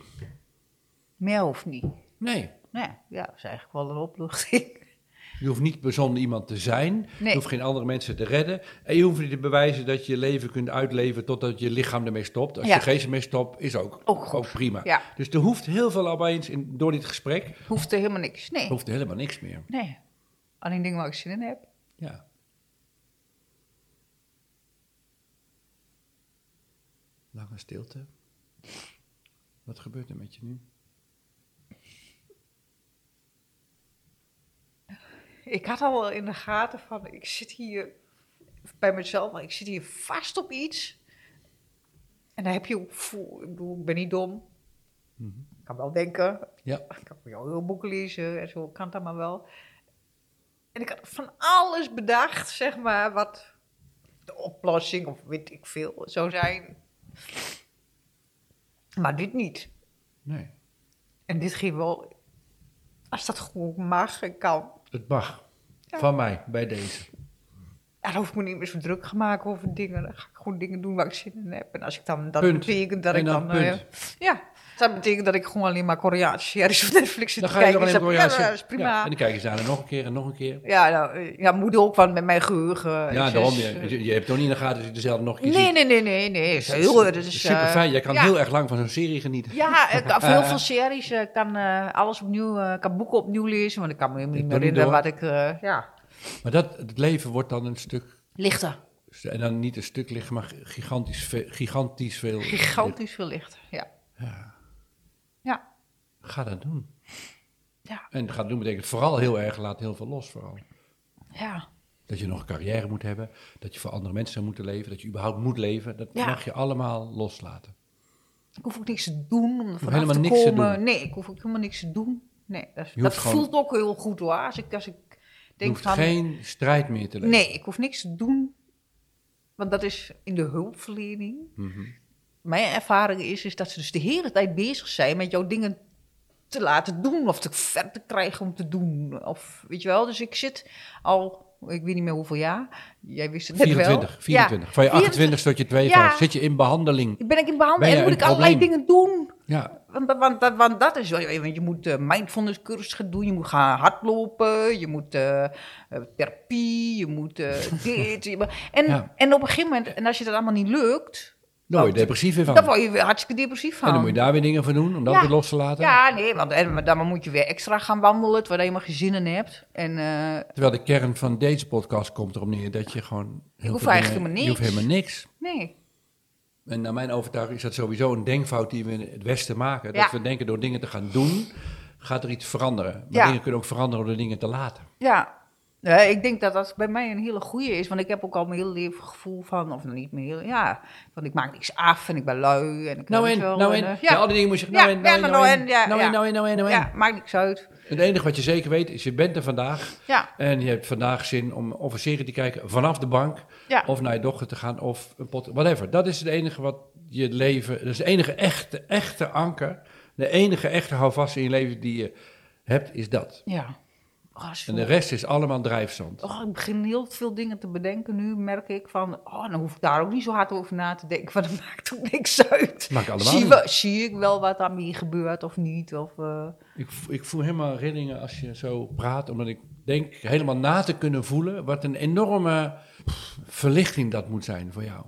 [SPEAKER 3] Meer hoeft niet.
[SPEAKER 2] Nee.
[SPEAKER 3] Nee, ja, dat is eigenlijk wel een opluchting.
[SPEAKER 2] Je hoeft niet bijzonder iemand te zijn.
[SPEAKER 3] Nee.
[SPEAKER 2] Je hoeft geen andere mensen te redden. En je hoeft niet te bewijzen dat je je leven kunt uitleven totdat je lichaam ermee stopt. Als
[SPEAKER 3] Ja.
[SPEAKER 2] je geest ermee stopt, is ook,
[SPEAKER 3] Ook goed.
[SPEAKER 2] prima.
[SPEAKER 3] Ja.
[SPEAKER 2] Dus er hoeft heel veel opeens in, door dit gesprek. Er
[SPEAKER 3] Hoeft er helemaal niks. Nee,
[SPEAKER 2] hoeft helemaal niks meer.
[SPEAKER 3] nee. Alleen dingen waar ik zin in heb.
[SPEAKER 2] Ja. Lange stilte. Wat gebeurt er met je nu?
[SPEAKER 3] Ik had al wel in de gaten van, ik zit hier bij mezelf, maar ik zit hier vast op iets. En daar heb je ook voor. Ik bedoel, ik ben niet dom.
[SPEAKER 2] Mhm.
[SPEAKER 3] Ik kan wel denken.
[SPEAKER 2] Ja.
[SPEAKER 3] Ik kan wel heel boeken lezen en zo, kan dat maar wel. En ik had van alles bedacht, zeg maar, wat de oplossing of weet ik veel zou zijn. Maar dit niet.
[SPEAKER 2] Nee.
[SPEAKER 3] En dit geeft wel, als dat gewoon mag en kan,
[SPEAKER 2] Het mag.
[SPEAKER 3] Ja.
[SPEAKER 2] Van mij, bij deze.
[SPEAKER 3] Ja, daar hoef ik me niet meer zo druk te maken over dingen. Dan ga ik gewoon dingen doen waar ik zin in heb. En als ik dan, dat
[SPEAKER 2] Punt.
[SPEAKER 3] betekent dat
[SPEAKER 2] En
[SPEAKER 3] ik
[SPEAKER 2] dan
[SPEAKER 3] dan...
[SPEAKER 2] punt.
[SPEAKER 3] eh, ja, dat betekent dat ik gewoon alleen maar Koreaanse series op Netflix zit
[SPEAKER 2] Dan
[SPEAKER 3] te
[SPEAKER 2] ga je nog
[SPEAKER 3] kijken.
[SPEAKER 2] alleen maar
[SPEAKER 3] Is dat-
[SPEAKER 2] Koreaanse-
[SPEAKER 3] Ja, dat is
[SPEAKER 2] Ja,
[SPEAKER 3] prima.
[SPEAKER 2] en dan kijk je daarna nog een keer en nog een keer.
[SPEAKER 3] Ja, nou, eh, ja, moet ook, want met mijn geheugen...
[SPEAKER 2] Ja,
[SPEAKER 3] is-
[SPEAKER 2] daarom.
[SPEAKER 3] is-
[SPEAKER 2] Je, je- je hebt toch niet in de gaten dat je dezelfde nog een keer
[SPEAKER 3] Nee,
[SPEAKER 2] ziet.
[SPEAKER 3] nee, nee, nee, nee. is heel, dat is, eh,
[SPEAKER 2] super fijn. Jij kan
[SPEAKER 3] ja.
[SPEAKER 2] heel Eh, erg lang van zo'n serie genieten.
[SPEAKER 3] Ja, ik kan heel veel series. Ik kan eh, alles opnieuw... eh, Ik kan boeken opnieuw lezen, want ik kan me helemaal
[SPEAKER 2] Ik
[SPEAKER 3] niet meer
[SPEAKER 2] doe niet
[SPEAKER 3] herinneren
[SPEAKER 2] door.
[SPEAKER 3] wat ik... eh, ja,
[SPEAKER 2] Maar dat, het leven wordt dan een stuk...
[SPEAKER 3] lichter.
[SPEAKER 2] En dan niet een stuk licht, maar gigantisch, ve- gigantisch veel.
[SPEAKER 3] Gigantisch veel lichter, ja. Ja.
[SPEAKER 2] Ga dat doen.
[SPEAKER 3] Ja.
[SPEAKER 2] En ga dat doen betekent vooral heel erg, laat heel veel los vooral.
[SPEAKER 3] Ja.
[SPEAKER 2] Dat je nog een carrière moet hebben. Dat je voor andere mensen moet leven. Dat je überhaupt moet leven. Dat
[SPEAKER 3] Ja.
[SPEAKER 2] mag je allemaal loslaten.
[SPEAKER 3] Ik hoef ook niks te doen om er vanaf
[SPEAKER 2] helemaal
[SPEAKER 3] te
[SPEAKER 2] niks te
[SPEAKER 3] komen.
[SPEAKER 2] doen.
[SPEAKER 3] Nee, ik hoef ook helemaal niks te doen. Nee, dat, is-
[SPEAKER 2] Je
[SPEAKER 3] dat
[SPEAKER 2] hoeft gewoon-
[SPEAKER 3] voelt ook heel goed hoor. Als ik, als ik
[SPEAKER 2] Je
[SPEAKER 3] denk
[SPEAKER 2] hoeft
[SPEAKER 3] van...
[SPEAKER 2] geen strijd meer te leveren.
[SPEAKER 3] Nee, ik hoef niks te doen. Want dat is in de hulpverlening.
[SPEAKER 2] Mhm.
[SPEAKER 3] Mijn ervaring is, is dat ze dus de hele tijd bezig zijn met jouw dingen te laten doen. Of te ver te krijgen om te doen. Of weet je wel, dus ik zit al, ik weet niet meer hoeveel jaar. Jij wist het net
[SPEAKER 2] 24,
[SPEAKER 3] wel.
[SPEAKER 2] 24. Van je 28 tot je 52
[SPEAKER 3] Ja.
[SPEAKER 2] zit je in behandeling.
[SPEAKER 3] Ja, ben ik
[SPEAKER 2] Ben
[SPEAKER 3] in behandeling
[SPEAKER 2] je
[SPEAKER 3] en moet
[SPEAKER 2] een
[SPEAKER 3] ik allerlei
[SPEAKER 2] probleem?
[SPEAKER 3] dingen doen.
[SPEAKER 2] Ja,
[SPEAKER 3] Want, dat- want, dat- want dat is wel, want je moet eh, mindfulness cursus gaan doen, je moet gaan hardlopen, je moet eh, eh, therapie, je moet eh, dit. je moet- en,
[SPEAKER 2] Ja.
[SPEAKER 3] en op een gegeven moment, en als je dat allemaal niet lukt,
[SPEAKER 2] daar word je
[SPEAKER 3] Want-
[SPEAKER 2] depressief weer van.
[SPEAKER 3] dan Oh, word je weer hartstikke depressief van.
[SPEAKER 2] En dan moet je daar weer dingen voor doen om dat
[SPEAKER 3] Ja.
[SPEAKER 2] weer los te laten.
[SPEAKER 3] ja, nee, want en, dan moet je weer extra gaan wandelen, terwijl je helemaal geen zin in hebt. En, eh,
[SPEAKER 2] Terwijl de kern van deze podcast komt erop neer dat je gewoon... heel
[SPEAKER 3] hoef
[SPEAKER 2] veel
[SPEAKER 3] eigenlijk
[SPEAKER 2] dingen-
[SPEAKER 3] helemaal
[SPEAKER 2] Je hoeft
[SPEAKER 3] niks.
[SPEAKER 2] helemaal niks.
[SPEAKER 3] nee,
[SPEAKER 2] En naar mijn overtuiging is dat sowieso een denkfout die we in het Westen maken. Dat
[SPEAKER 3] Ja.
[SPEAKER 2] we denken door dingen te gaan doen, gaat er iets veranderen. Maar
[SPEAKER 3] Ja.
[SPEAKER 2] dingen kunnen ook veranderen door dingen te laten.
[SPEAKER 3] ja. Ja, ik denk dat dat bij mij een hele goeie is, want ik heb ook al mijn hele leven het gevoel van, of niet mijn hele, ja, van ik maak niks af en ik ben lui. En ik
[SPEAKER 2] Nou
[SPEAKER 3] weet
[SPEAKER 2] en,
[SPEAKER 3] je wel,
[SPEAKER 2] nou
[SPEAKER 3] en,
[SPEAKER 2] en.
[SPEAKER 3] eh,
[SPEAKER 2] Ja, al die dingen moet je nou
[SPEAKER 3] Ja,
[SPEAKER 2] en,
[SPEAKER 3] ja,
[SPEAKER 2] nou en,
[SPEAKER 3] maar
[SPEAKER 2] nou
[SPEAKER 3] nou
[SPEAKER 2] en,
[SPEAKER 3] en, ja,
[SPEAKER 2] nou en,
[SPEAKER 3] ja.
[SPEAKER 2] nou en, nou en, nou en.
[SPEAKER 3] Ja, maakt niks uit.
[SPEAKER 2] Het enige wat je zeker weet is je bent er vandaag
[SPEAKER 3] Ja,
[SPEAKER 2] en je hebt vandaag zin om of een serie te kijken vanaf de bank
[SPEAKER 3] ja.
[SPEAKER 2] of naar je dochter te gaan of een pot, whatever. Dat is het enige wat je leven, dat is de enige echte, echte anker, de enige echte houvast in je leven die je hebt, is dat.
[SPEAKER 3] ja. Oh, is
[SPEAKER 2] En de
[SPEAKER 3] veel-
[SPEAKER 2] rest is allemaal drijfzand.
[SPEAKER 3] Oh, ik begin heel veel dingen te bedenken nu, merk ik. Van, oh, dan hoef ik daar ook niet zo hard over na te denken. Want dat maakt ook niks uit.
[SPEAKER 2] Maakt allemaal
[SPEAKER 3] zie,
[SPEAKER 2] niet.
[SPEAKER 3] wel- zie ik wel wat aan mij gebeurt of niet? Of, eh,
[SPEAKER 2] Ik, vo- ik voel helemaal rillingen als je zo praat, omdat ik denk helemaal na te kunnen voelen wat een enorme pff, verlichting dat moet zijn voor jou.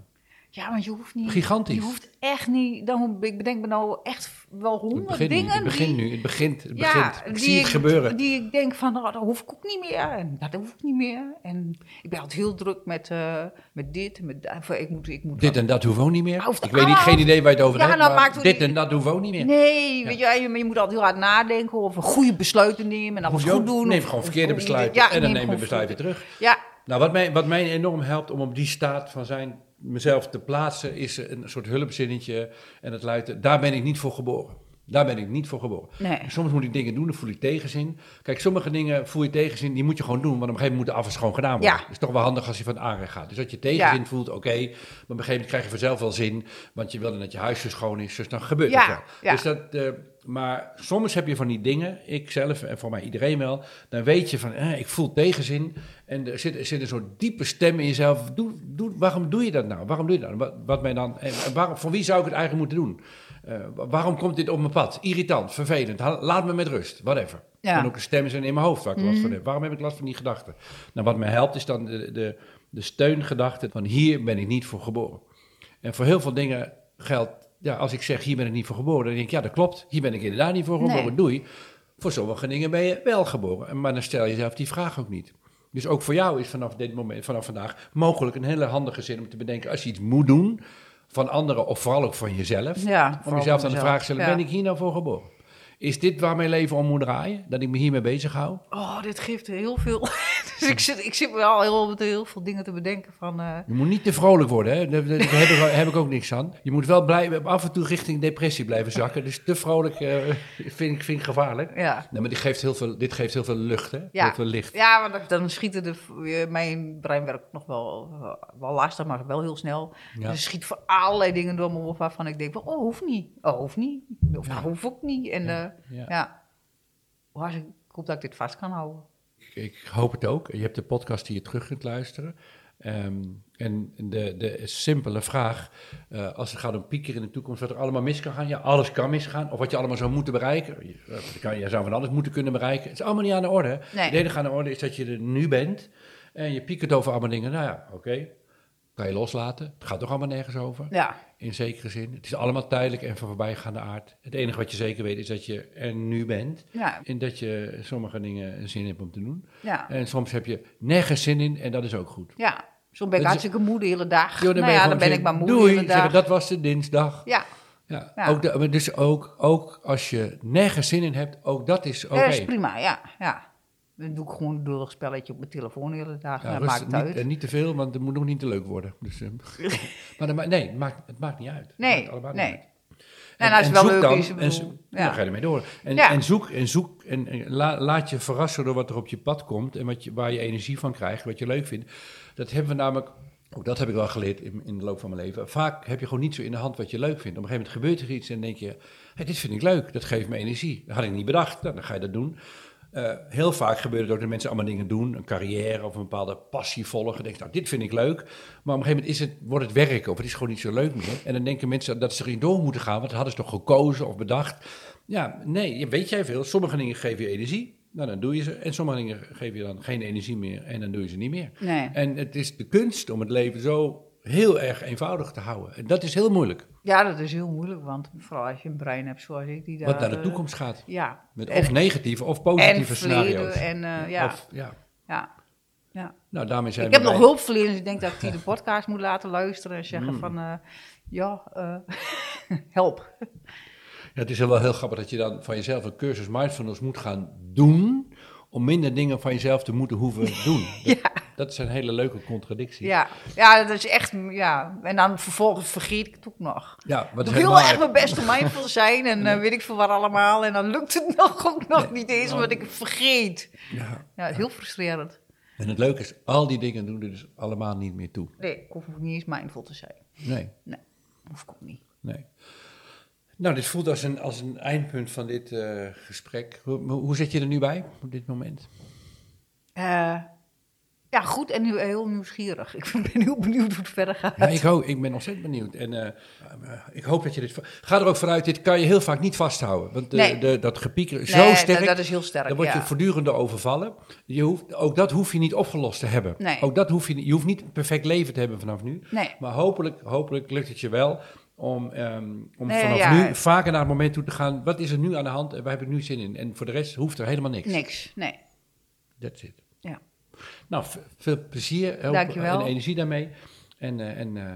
[SPEAKER 3] ja, want je hoeft niet...
[SPEAKER 2] Gigantisch.
[SPEAKER 3] Je hoeft echt niet... Dan, hoef- ik bedenk me nou echt wel
[SPEAKER 2] Het
[SPEAKER 3] honderd
[SPEAKER 2] begint nu,
[SPEAKER 3] dingen.
[SPEAKER 2] het begint
[SPEAKER 3] die-
[SPEAKER 2] nu, het begint, het
[SPEAKER 3] Ja,
[SPEAKER 2] begint. Ik zie het gebeuren.
[SPEAKER 3] Die ik denk van, oh, dat hoef ik ook niet meer. En dat hoef ik niet meer. En ik ben altijd heel druk met, eh, met dit en met dat. Van, Ik moet, ik moet
[SPEAKER 2] Dit en dat hoeven ook niet meer.
[SPEAKER 3] Nou, Hoeft
[SPEAKER 2] Ik weet niet,
[SPEAKER 3] allemaal-
[SPEAKER 2] geen idee waar je het over
[SPEAKER 3] Ja,
[SPEAKER 2] hebt,
[SPEAKER 3] dat
[SPEAKER 2] maar
[SPEAKER 3] maakt ook
[SPEAKER 2] dit
[SPEAKER 3] niet-
[SPEAKER 2] en dat hoeven ook niet meer.
[SPEAKER 3] Nee, weet je, wel, je, maar je moet altijd heel hard nadenken of een goede besluiten nemen
[SPEAKER 2] Hoef
[SPEAKER 3] en alles
[SPEAKER 2] je ook-
[SPEAKER 3] goed doen.
[SPEAKER 2] Neem
[SPEAKER 3] of-
[SPEAKER 2] gewoon
[SPEAKER 3] of-
[SPEAKER 2] verkeerde
[SPEAKER 3] of-
[SPEAKER 2] besluiten en dan
[SPEAKER 3] neem
[SPEAKER 2] neem je
[SPEAKER 3] gewoon
[SPEAKER 2] besluiten
[SPEAKER 3] verkeerde-
[SPEAKER 2] terug.
[SPEAKER 3] Ja,
[SPEAKER 2] Nou, wat mij, wat mij enorm helpt om op die staat van zijn mezelf te plaatsen, is een soort hulpzinnetje en het luiden. Daar ben ik niet voor geboren. Daar ben ik niet voor geboren.
[SPEAKER 3] nee.
[SPEAKER 2] Soms moet ik dingen doen, dan voel ik tegenzin. Kijk, sommige dingen voel je tegenzin, die moet je gewoon doen, want op een gegeven moment moet de afwas gewoon gedaan worden.
[SPEAKER 3] Ja.
[SPEAKER 2] Het is toch wel handig als je van het aanrecht gaat. Dus dat je tegenzin
[SPEAKER 3] Ja.
[SPEAKER 2] voelt, oké, maar op een gegeven moment krijg je vanzelf wel zin, want je wilde dat je huis zo schoon is, dus dan gebeurt
[SPEAKER 3] Ja,
[SPEAKER 2] het wel.
[SPEAKER 3] ja.
[SPEAKER 2] Dus dat, eh, maar soms heb je van die dingen, ik zelf en voor mij iedereen wel, dan weet je van, eh, ik voel tegenzin en er zit, er zit een soort diepe stem in jezelf. Doe, doe, waarom doe je dat nou? Waarom doe je dat? Wat, wat mij dan, en en waarom, voor wie zou ik het eigenlijk moeten doen? Eh, wa- waarom komt dit op mijn pad? Irritant, vervelend, ha- laat me met rust, whatever.
[SPEAKER 3] Ja.
[SPEAKER 2] Kan ook een stem zijn in mijn hoofd waar ik last van heb. Waarom heb ik last van die gedachten? Nou, wat mij helpt is dan de, de, de steungedachte van hier ben ik niet voor geboren. En voor heel veel dingen geldt, ja, als ik zeg hier ben ik niet voor geboren, dan denk ik ja, dat klopt. Hier ben ik inderdaad niet voor geboren,
[SPEAKER 3] Nee.
[SPEAKER 2] doei. Voor sommige dingen ben je wel geboren, En- maar dan stel je zelf die vraag ook niet. Dus ook voor jou is vanaf dit moment, vanaf vandaag, mogelijk een hele handige zin om te bedenken als je iets moet doen van anderen of vooral ook van jezelf.
[SPEAKER 3] Ja,
[SPEAKER 2] om
[SPEAKER 3] vooral
[SPEAKER 2] jezelf dan
[SPEAKER 3] van
[SPEAKER 2] de
[SPEAKER 3] mezelf,
[SPEAKER 2] vraag te stellen,
[SPEAKER 3] ja.
[SPEAKER 2] ben ik hier nou voor geboren? Is dit waar mijn leven om moet draaien? Dat ik me hiermee bezig hou?
[SPEAKER 3] Oh, dit geeft heel veel. dus ik zit, ik zit me al heel, met heel veel dingen te bedenken van... eh,
[SPEAKER 2] Je moet niet te vrolijk worden, hè? Daar, daar- daar heb, ik, heb ik ook niks aan. Je moet wel blij, af en toe richting depressie blijven zakken. Dus te vrolijk eh, vind, ik, vind ik gevaarlijk.
[SPEAKER 3] ja.
[SPEAKER 2] Nee, maar dit geeft heel veel, dit geeft heel veel lucht, hè?
[SPEAKER 3] Ja.
[SPEAKER 2] Heel veel licht.
[SPEAKER 3] Ja, want dan- dan schieten de, eh, mijn brein werkt nog wel, eh, wel lastig, maar wel heel snel.
[SPEAKER 2] Ja.
[SPEAKER 3] Dus er schiet voor allerlei dingen door me op waarvan ik denk van, oh, hoeft niet. Oh, hoeft niet. Of
[SPEAKER 2] Ja.
[SPEAKER 3] nou, hoeft ook niet. En
[SPEAKER 2] Ja,
[SPEAKER 3] ja,
[SPEAKER 2] ja.
[SPEAKER 3] ja. ja. Oh, als ik, ik hoop dat ik dit vast kan houden.
[SPEAKER 2] Ik hoop het ook. Je hebt de podcast die je terug kunt luisteren. Ehm, en de, de simpele vraag, eh, als het gaat om piekeren in de toekomst, wat er allemaal mis kan gaan. Ja, alles kan misgaan. Of wat je allemaal zou moeten bereiken. Je, eh, kan, je zou van alles moeten kunnen bereiken. Het is allemaal niet aan de orde.
[SPEAKER 3] Nee.
[SPEAKER 2] Het enige aan de orde is dat je er nu bent. En je piekert over allemaal dingen. Nou ja, oké. Kan je loslaten. Het gaat toch allemaal nergens over.
[SPEAKER 3] Ja.
[SPEAKER 2] In zekere zin. Het is allemaal tijdelijk en van voorbijgaande aard. Het enige wat je zeker weet is dat je er nu bent.
[SPEAKER 3] Ja,
[SPEAKER 2] En dat je sommige dingen zin hebt om te doen.
[SPEAKER 3] ja,
[SPEAKER 2] En soms heb je nergens zin in en dat is ook goed.
[SPEAKER 3] ja. Soms ben ik
[SPEAKER 2] Dat is-
[SPEAKER 3] hartstikke moe de hele dag.
[SPEAKER 2] Joh, dan
[SPEAKER 3] nou
[SPEAKER 2] je
[SPEAKER 3] ja,
[SPEAKER 2] gewoon
[SPEAKER 3] dan ben
[SPEAKER 2] zin-
[SPEAKER 3] ik maar moe de
[SPEAKER 2] Doei,
[SPEAKER 3] hele dag.
[SPEAKER 2] zeggen, dat was de dinsdag.
[SPEAKER 3] Ja,
[SPEAKER 2] Ja.
[SPEAKER 3] Ja.
[SPEAKER 2] Ook de- maar dus ook, ook als je nergens zin in hebt, ook dat is oké.
[SPEAKER 3] dat is prima, ja, ja. Dan doe ik gewoon een lullig spelletje op mijn telefoon de hele dag.
[SPEAKER 2] Ja,
[SPEAKER 3] dat
[SPEAKER 2] rustig,
[SPEAKER 3] maakt het uit.
[SPEAKER 2] niet, en niet te veel, want het moet eh, nog niet te leuk worden. Dus, eh, maar dat ma- nee, het maakt, het maakt niet uit. Het maakt
[SPEAKER 3] nee,
[SPEAKER 2] allemaal niet
[SPEAKER 3] nee.
[SPEAKER 2] uit.
[SPEAKER 3] Nou, dat is
[SPEAKER 2] en
[SPEAKER 3] wel
[SPEAKER 2] zoek
[SPEAKER 3] leuk,
[SPEAKER 2] dan,
[SPEAKER 3] is, ik
[SPEAKER 2] en
[SPEAKER 3] bedoel,
[SPEAKER 2] zo-
[SPEAKER 3] ja.
[SPEAKER 2] dan ga je ermee door. En,
[SPEAKER 3] Ja.
[SPEAKER 2] en zoek, en, zoek, en, en la- laat je verrassen door wat er op je pad komt en wat je, waar je energie van krijgt, wat je leuk vindt. Dat hebben we namelijk, ook dat heb ik wel geleerd in, in de loop van mijn leven. Vaak heb je gewoon niet zo in de hand wat je leuk vindt. Op een gegeven moment gebeurt er iets en dan denk je, hey, dit vind ik leuk, dat geeft me energie. Dat had ik niet bedacht, Nou, dan ga je dat doen. Eh, heel vaak gebeurt het ook dat mensen allemaal dingen doen, een carrière of een bepaalde passie volgen. Denk, je, nou, dit vind ik leuk. Maar op een gegeven moment is het, wordt het werk of het is gewoon niet zo leuk meer. En dan denken mensen dat ze erin door moeten gaan, want dat hadden ze toch gekozen of bedacht. Ja, nee, je- weet jij veel. Sommige dingen geven je energie, nou dan doe je ze. En sommige dingen geven je dan geen energie meer en dan doe je ze niet meer.
[SPEAKER 3] Nee.
[SPEAKER 2] En het is de kunst om het leven zo heel erg eenvoudig te houden. En dat is heel moeilijk,
[SPEAKER 3] Ja, dat is heel moeilijk, want vooral als je een brein hebt zoals ik, die daar...
[SPEAKER 2] wat naar de
[SPEAKER 3] eh,
[SPEAKER 2] toekomst gaat.
[SPEAKER 3] Ja.
[SPEAKER 2] Met
[SPEAKER 3] En-
[SPEAKER 2] of negatieve of
[SPEAKER 3] en
[SPEAKER 2] positieve
[SPEAKER 3] verleden
[SPEAKER 2] scenario's.
[SPEAKER 3] en eh, ja,
[SPEAKER 2] Of, ja.
[SPEAKER 3] ja, ja.
[SPEAKER 2] Nou, daarmee zijn
[SPEAKER 3] Ik
[SPEAKER 2] we
[SPEAKER 3] heb nog
[SPEAKER 2] bij-
[SPEAKER 3] hulpverleners. Ik denk dat ik die de podcast moet laten luisteren en zeggen
[SPEAKER 2] Hmm.
[SPEAKER 3] van, eh, ja, eh, help.
[SPEAKER 2] Ja, het is wel heel grappig dat je dan van jezelf een cursus mindfulness moet gaan doen. om minder dingen van jezelf te moeten hoeven doen. Dat, dat is een hele leuke contradictie.
[SPEAKER 3] Ja. ja, dat is echt, ja. En dan vervolgens vergeet ik het ook nog.
[SPEAKER 2] Ja, wat
[SPEAKER 3] Doe
[SPEAKER 2] is
[SPEAKER 3] ik heel
[SPEAKER 2] helemaal-
[SPEAKER 3] erg mijn best om mindful te zijn en eh, weet ik veel wat allemaal. En dan lukt het nog ook nog niet
[SPEAKER 2] Oh.
[SPEAKER 3] eens, omdat ik het vergeet.
[SPEAKER 2] Ja.
[SPEAKER 3] Ja, heel frustrerend.
[SPEAKER 2] En het leuke is, al die dingen doen er dus allemaal niet meer toe.
[SPEAKER 3] Nee, ik hoef ook niet eens mindful te zijn.
[SPEAKER 2] Nee,
[SPEAKER 3] Nee, hoef ik ook niet.
[SPEAKER 2] nee. Nou, dit voelt als een, als een eindpunt van dit eh, gesprek. Hoe, hoe zit je er nu bij op dit moment?
[SPEAKER 3] Eh, ja, goed en heel- heel nieuwsgierig. Ik ben heel benieuwd hoe het verder gaat.
[SPEAKER 2] Ja, ik, ook, ik ben ontzettend benieuwd. En eh, eh, ik hoop dat je dit. va- Ga er ook vanuit, dit kan je heel vaak niet vasthouden. Want de,
[SPEAKER 3] Nee.
[SPEAKER 2] de, dat gepieker is
[SPEAKER 3] Nee,
[SPEAKER 2] zo sterk.
[SPEAKER 3] dat- dat is heel sterk,
[SPEAKER 2] Dan word je
[SPEAKER 3] ja.
[SPEAKER 2] voortdurend overvallen. Je hoeft, ook dat hoef je niet opgelost te hebben.
[SPEAKER 3] Nee.
[SPEAKER 2] Ook dat hoef je, niet- je hoeft niet een perfect leven te hebben vanaf nu.
[SPEAKER 3] Nee.
[SPEAKER 2] Maar hopelijk, hopelijk lukt het je wel om, ehm, om
[SPEAKER 3] Nee,
[SPEAKER 2] vanaf
[SPEAKER 3] ja.
[SPEAKER 2] nu vaker naar het moment toe te gaan. Wat is er nu aan de hand en waar heb ik nu zin in? En voor de rest hoeft er helemaal niks.
[SPEAKER 3] Niks, nee.
[SPEAKER 2] That's it.
[SPEAKER 3] Ja.
[SPEAKER 2] Nou, v- veel plezier heel-
[SPEAKER 3] Dankjewel.
[SPEAKER 2] en energie daarmee. En, eh, en eh,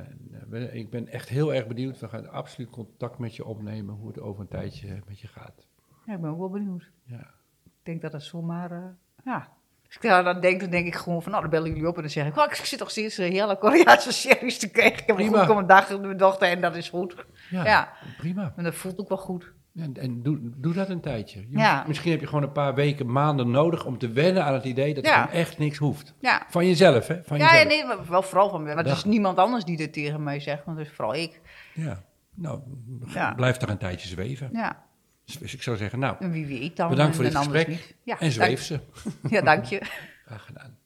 [SPEAKER 2] we- ik ben echt heel erg benieuwd. We gaan absoluut contact met je opnemen hoe het over een tijdje eh, met je gaat.
[SPEAKER 3] Ja, ik ben ook wel benieuwd.
[SPEAKER 2] Ja.
[SPEAKER 3] Ik denk dat het zomaar. eh, ja. Als ik daar dan denk, dan denk ik gewoon van, nou, dan bellen jullie op en dan zeg ik, oh, ik zit nog steeds eh, hele Koreaanse series te kijken. Ik heb een
[SPEAKER 2] Prima.
[SPEAKER 3] goed commentaar met mijn dochter en dat is goed. Ja.
[SPEAKER 2] prima.
[SPEAKER 3] En dat voelt ook wel goed.
[SPEAKER 2] En, en doe, doe dat een tijdje. Je
[SPEAKER 3] Ja.
[SPEAKER 2] hoeft- misschien heb je gewoon een paar weken, maanden nodig om te wennen aan het idee dat
[SPEAKER 3] Ja.
[SPEAKER 2] er gewoon echt niks hoeft.
[SPEAKER 3] Ja.
[SPEAKER 2] Van jezelf, hè? Van
[SPEAKER 3] Ja,
[SPEAKER 2] jezelf.
[SPEAKER 3] ja, nee, maar wel vooral van mij. Want er
[SPEAKER 2] Ja.
[SPEAKER 3] is niemand anders die dit tegen mij zegt, want het is vooral ik.
[SPEAKER 2] Ja. Nou, g-
[SPEAKER 3] Ja.
[SPEAKER 2] blijf daar een tijdje zweven.
[SPEAKER 3] Ja.
[SPEAKER 2] Dus ik zou zeggen, nou,
[SPEAKER 3] En wie weet dan.
[SPEAKER 2] bedankt voor
[SPEAKER 3] en
[SPEAKER 2] dit
[SPEAKER 3] en anders
[SPEAKER 2] gesprek.
[SPEAKER 3] niet. Ja,
[SPEAKER 2] en zweef ze.
[SPEAKER 3] dank- Ja, dank je.
[SPEAKER 2] Graag gedaan.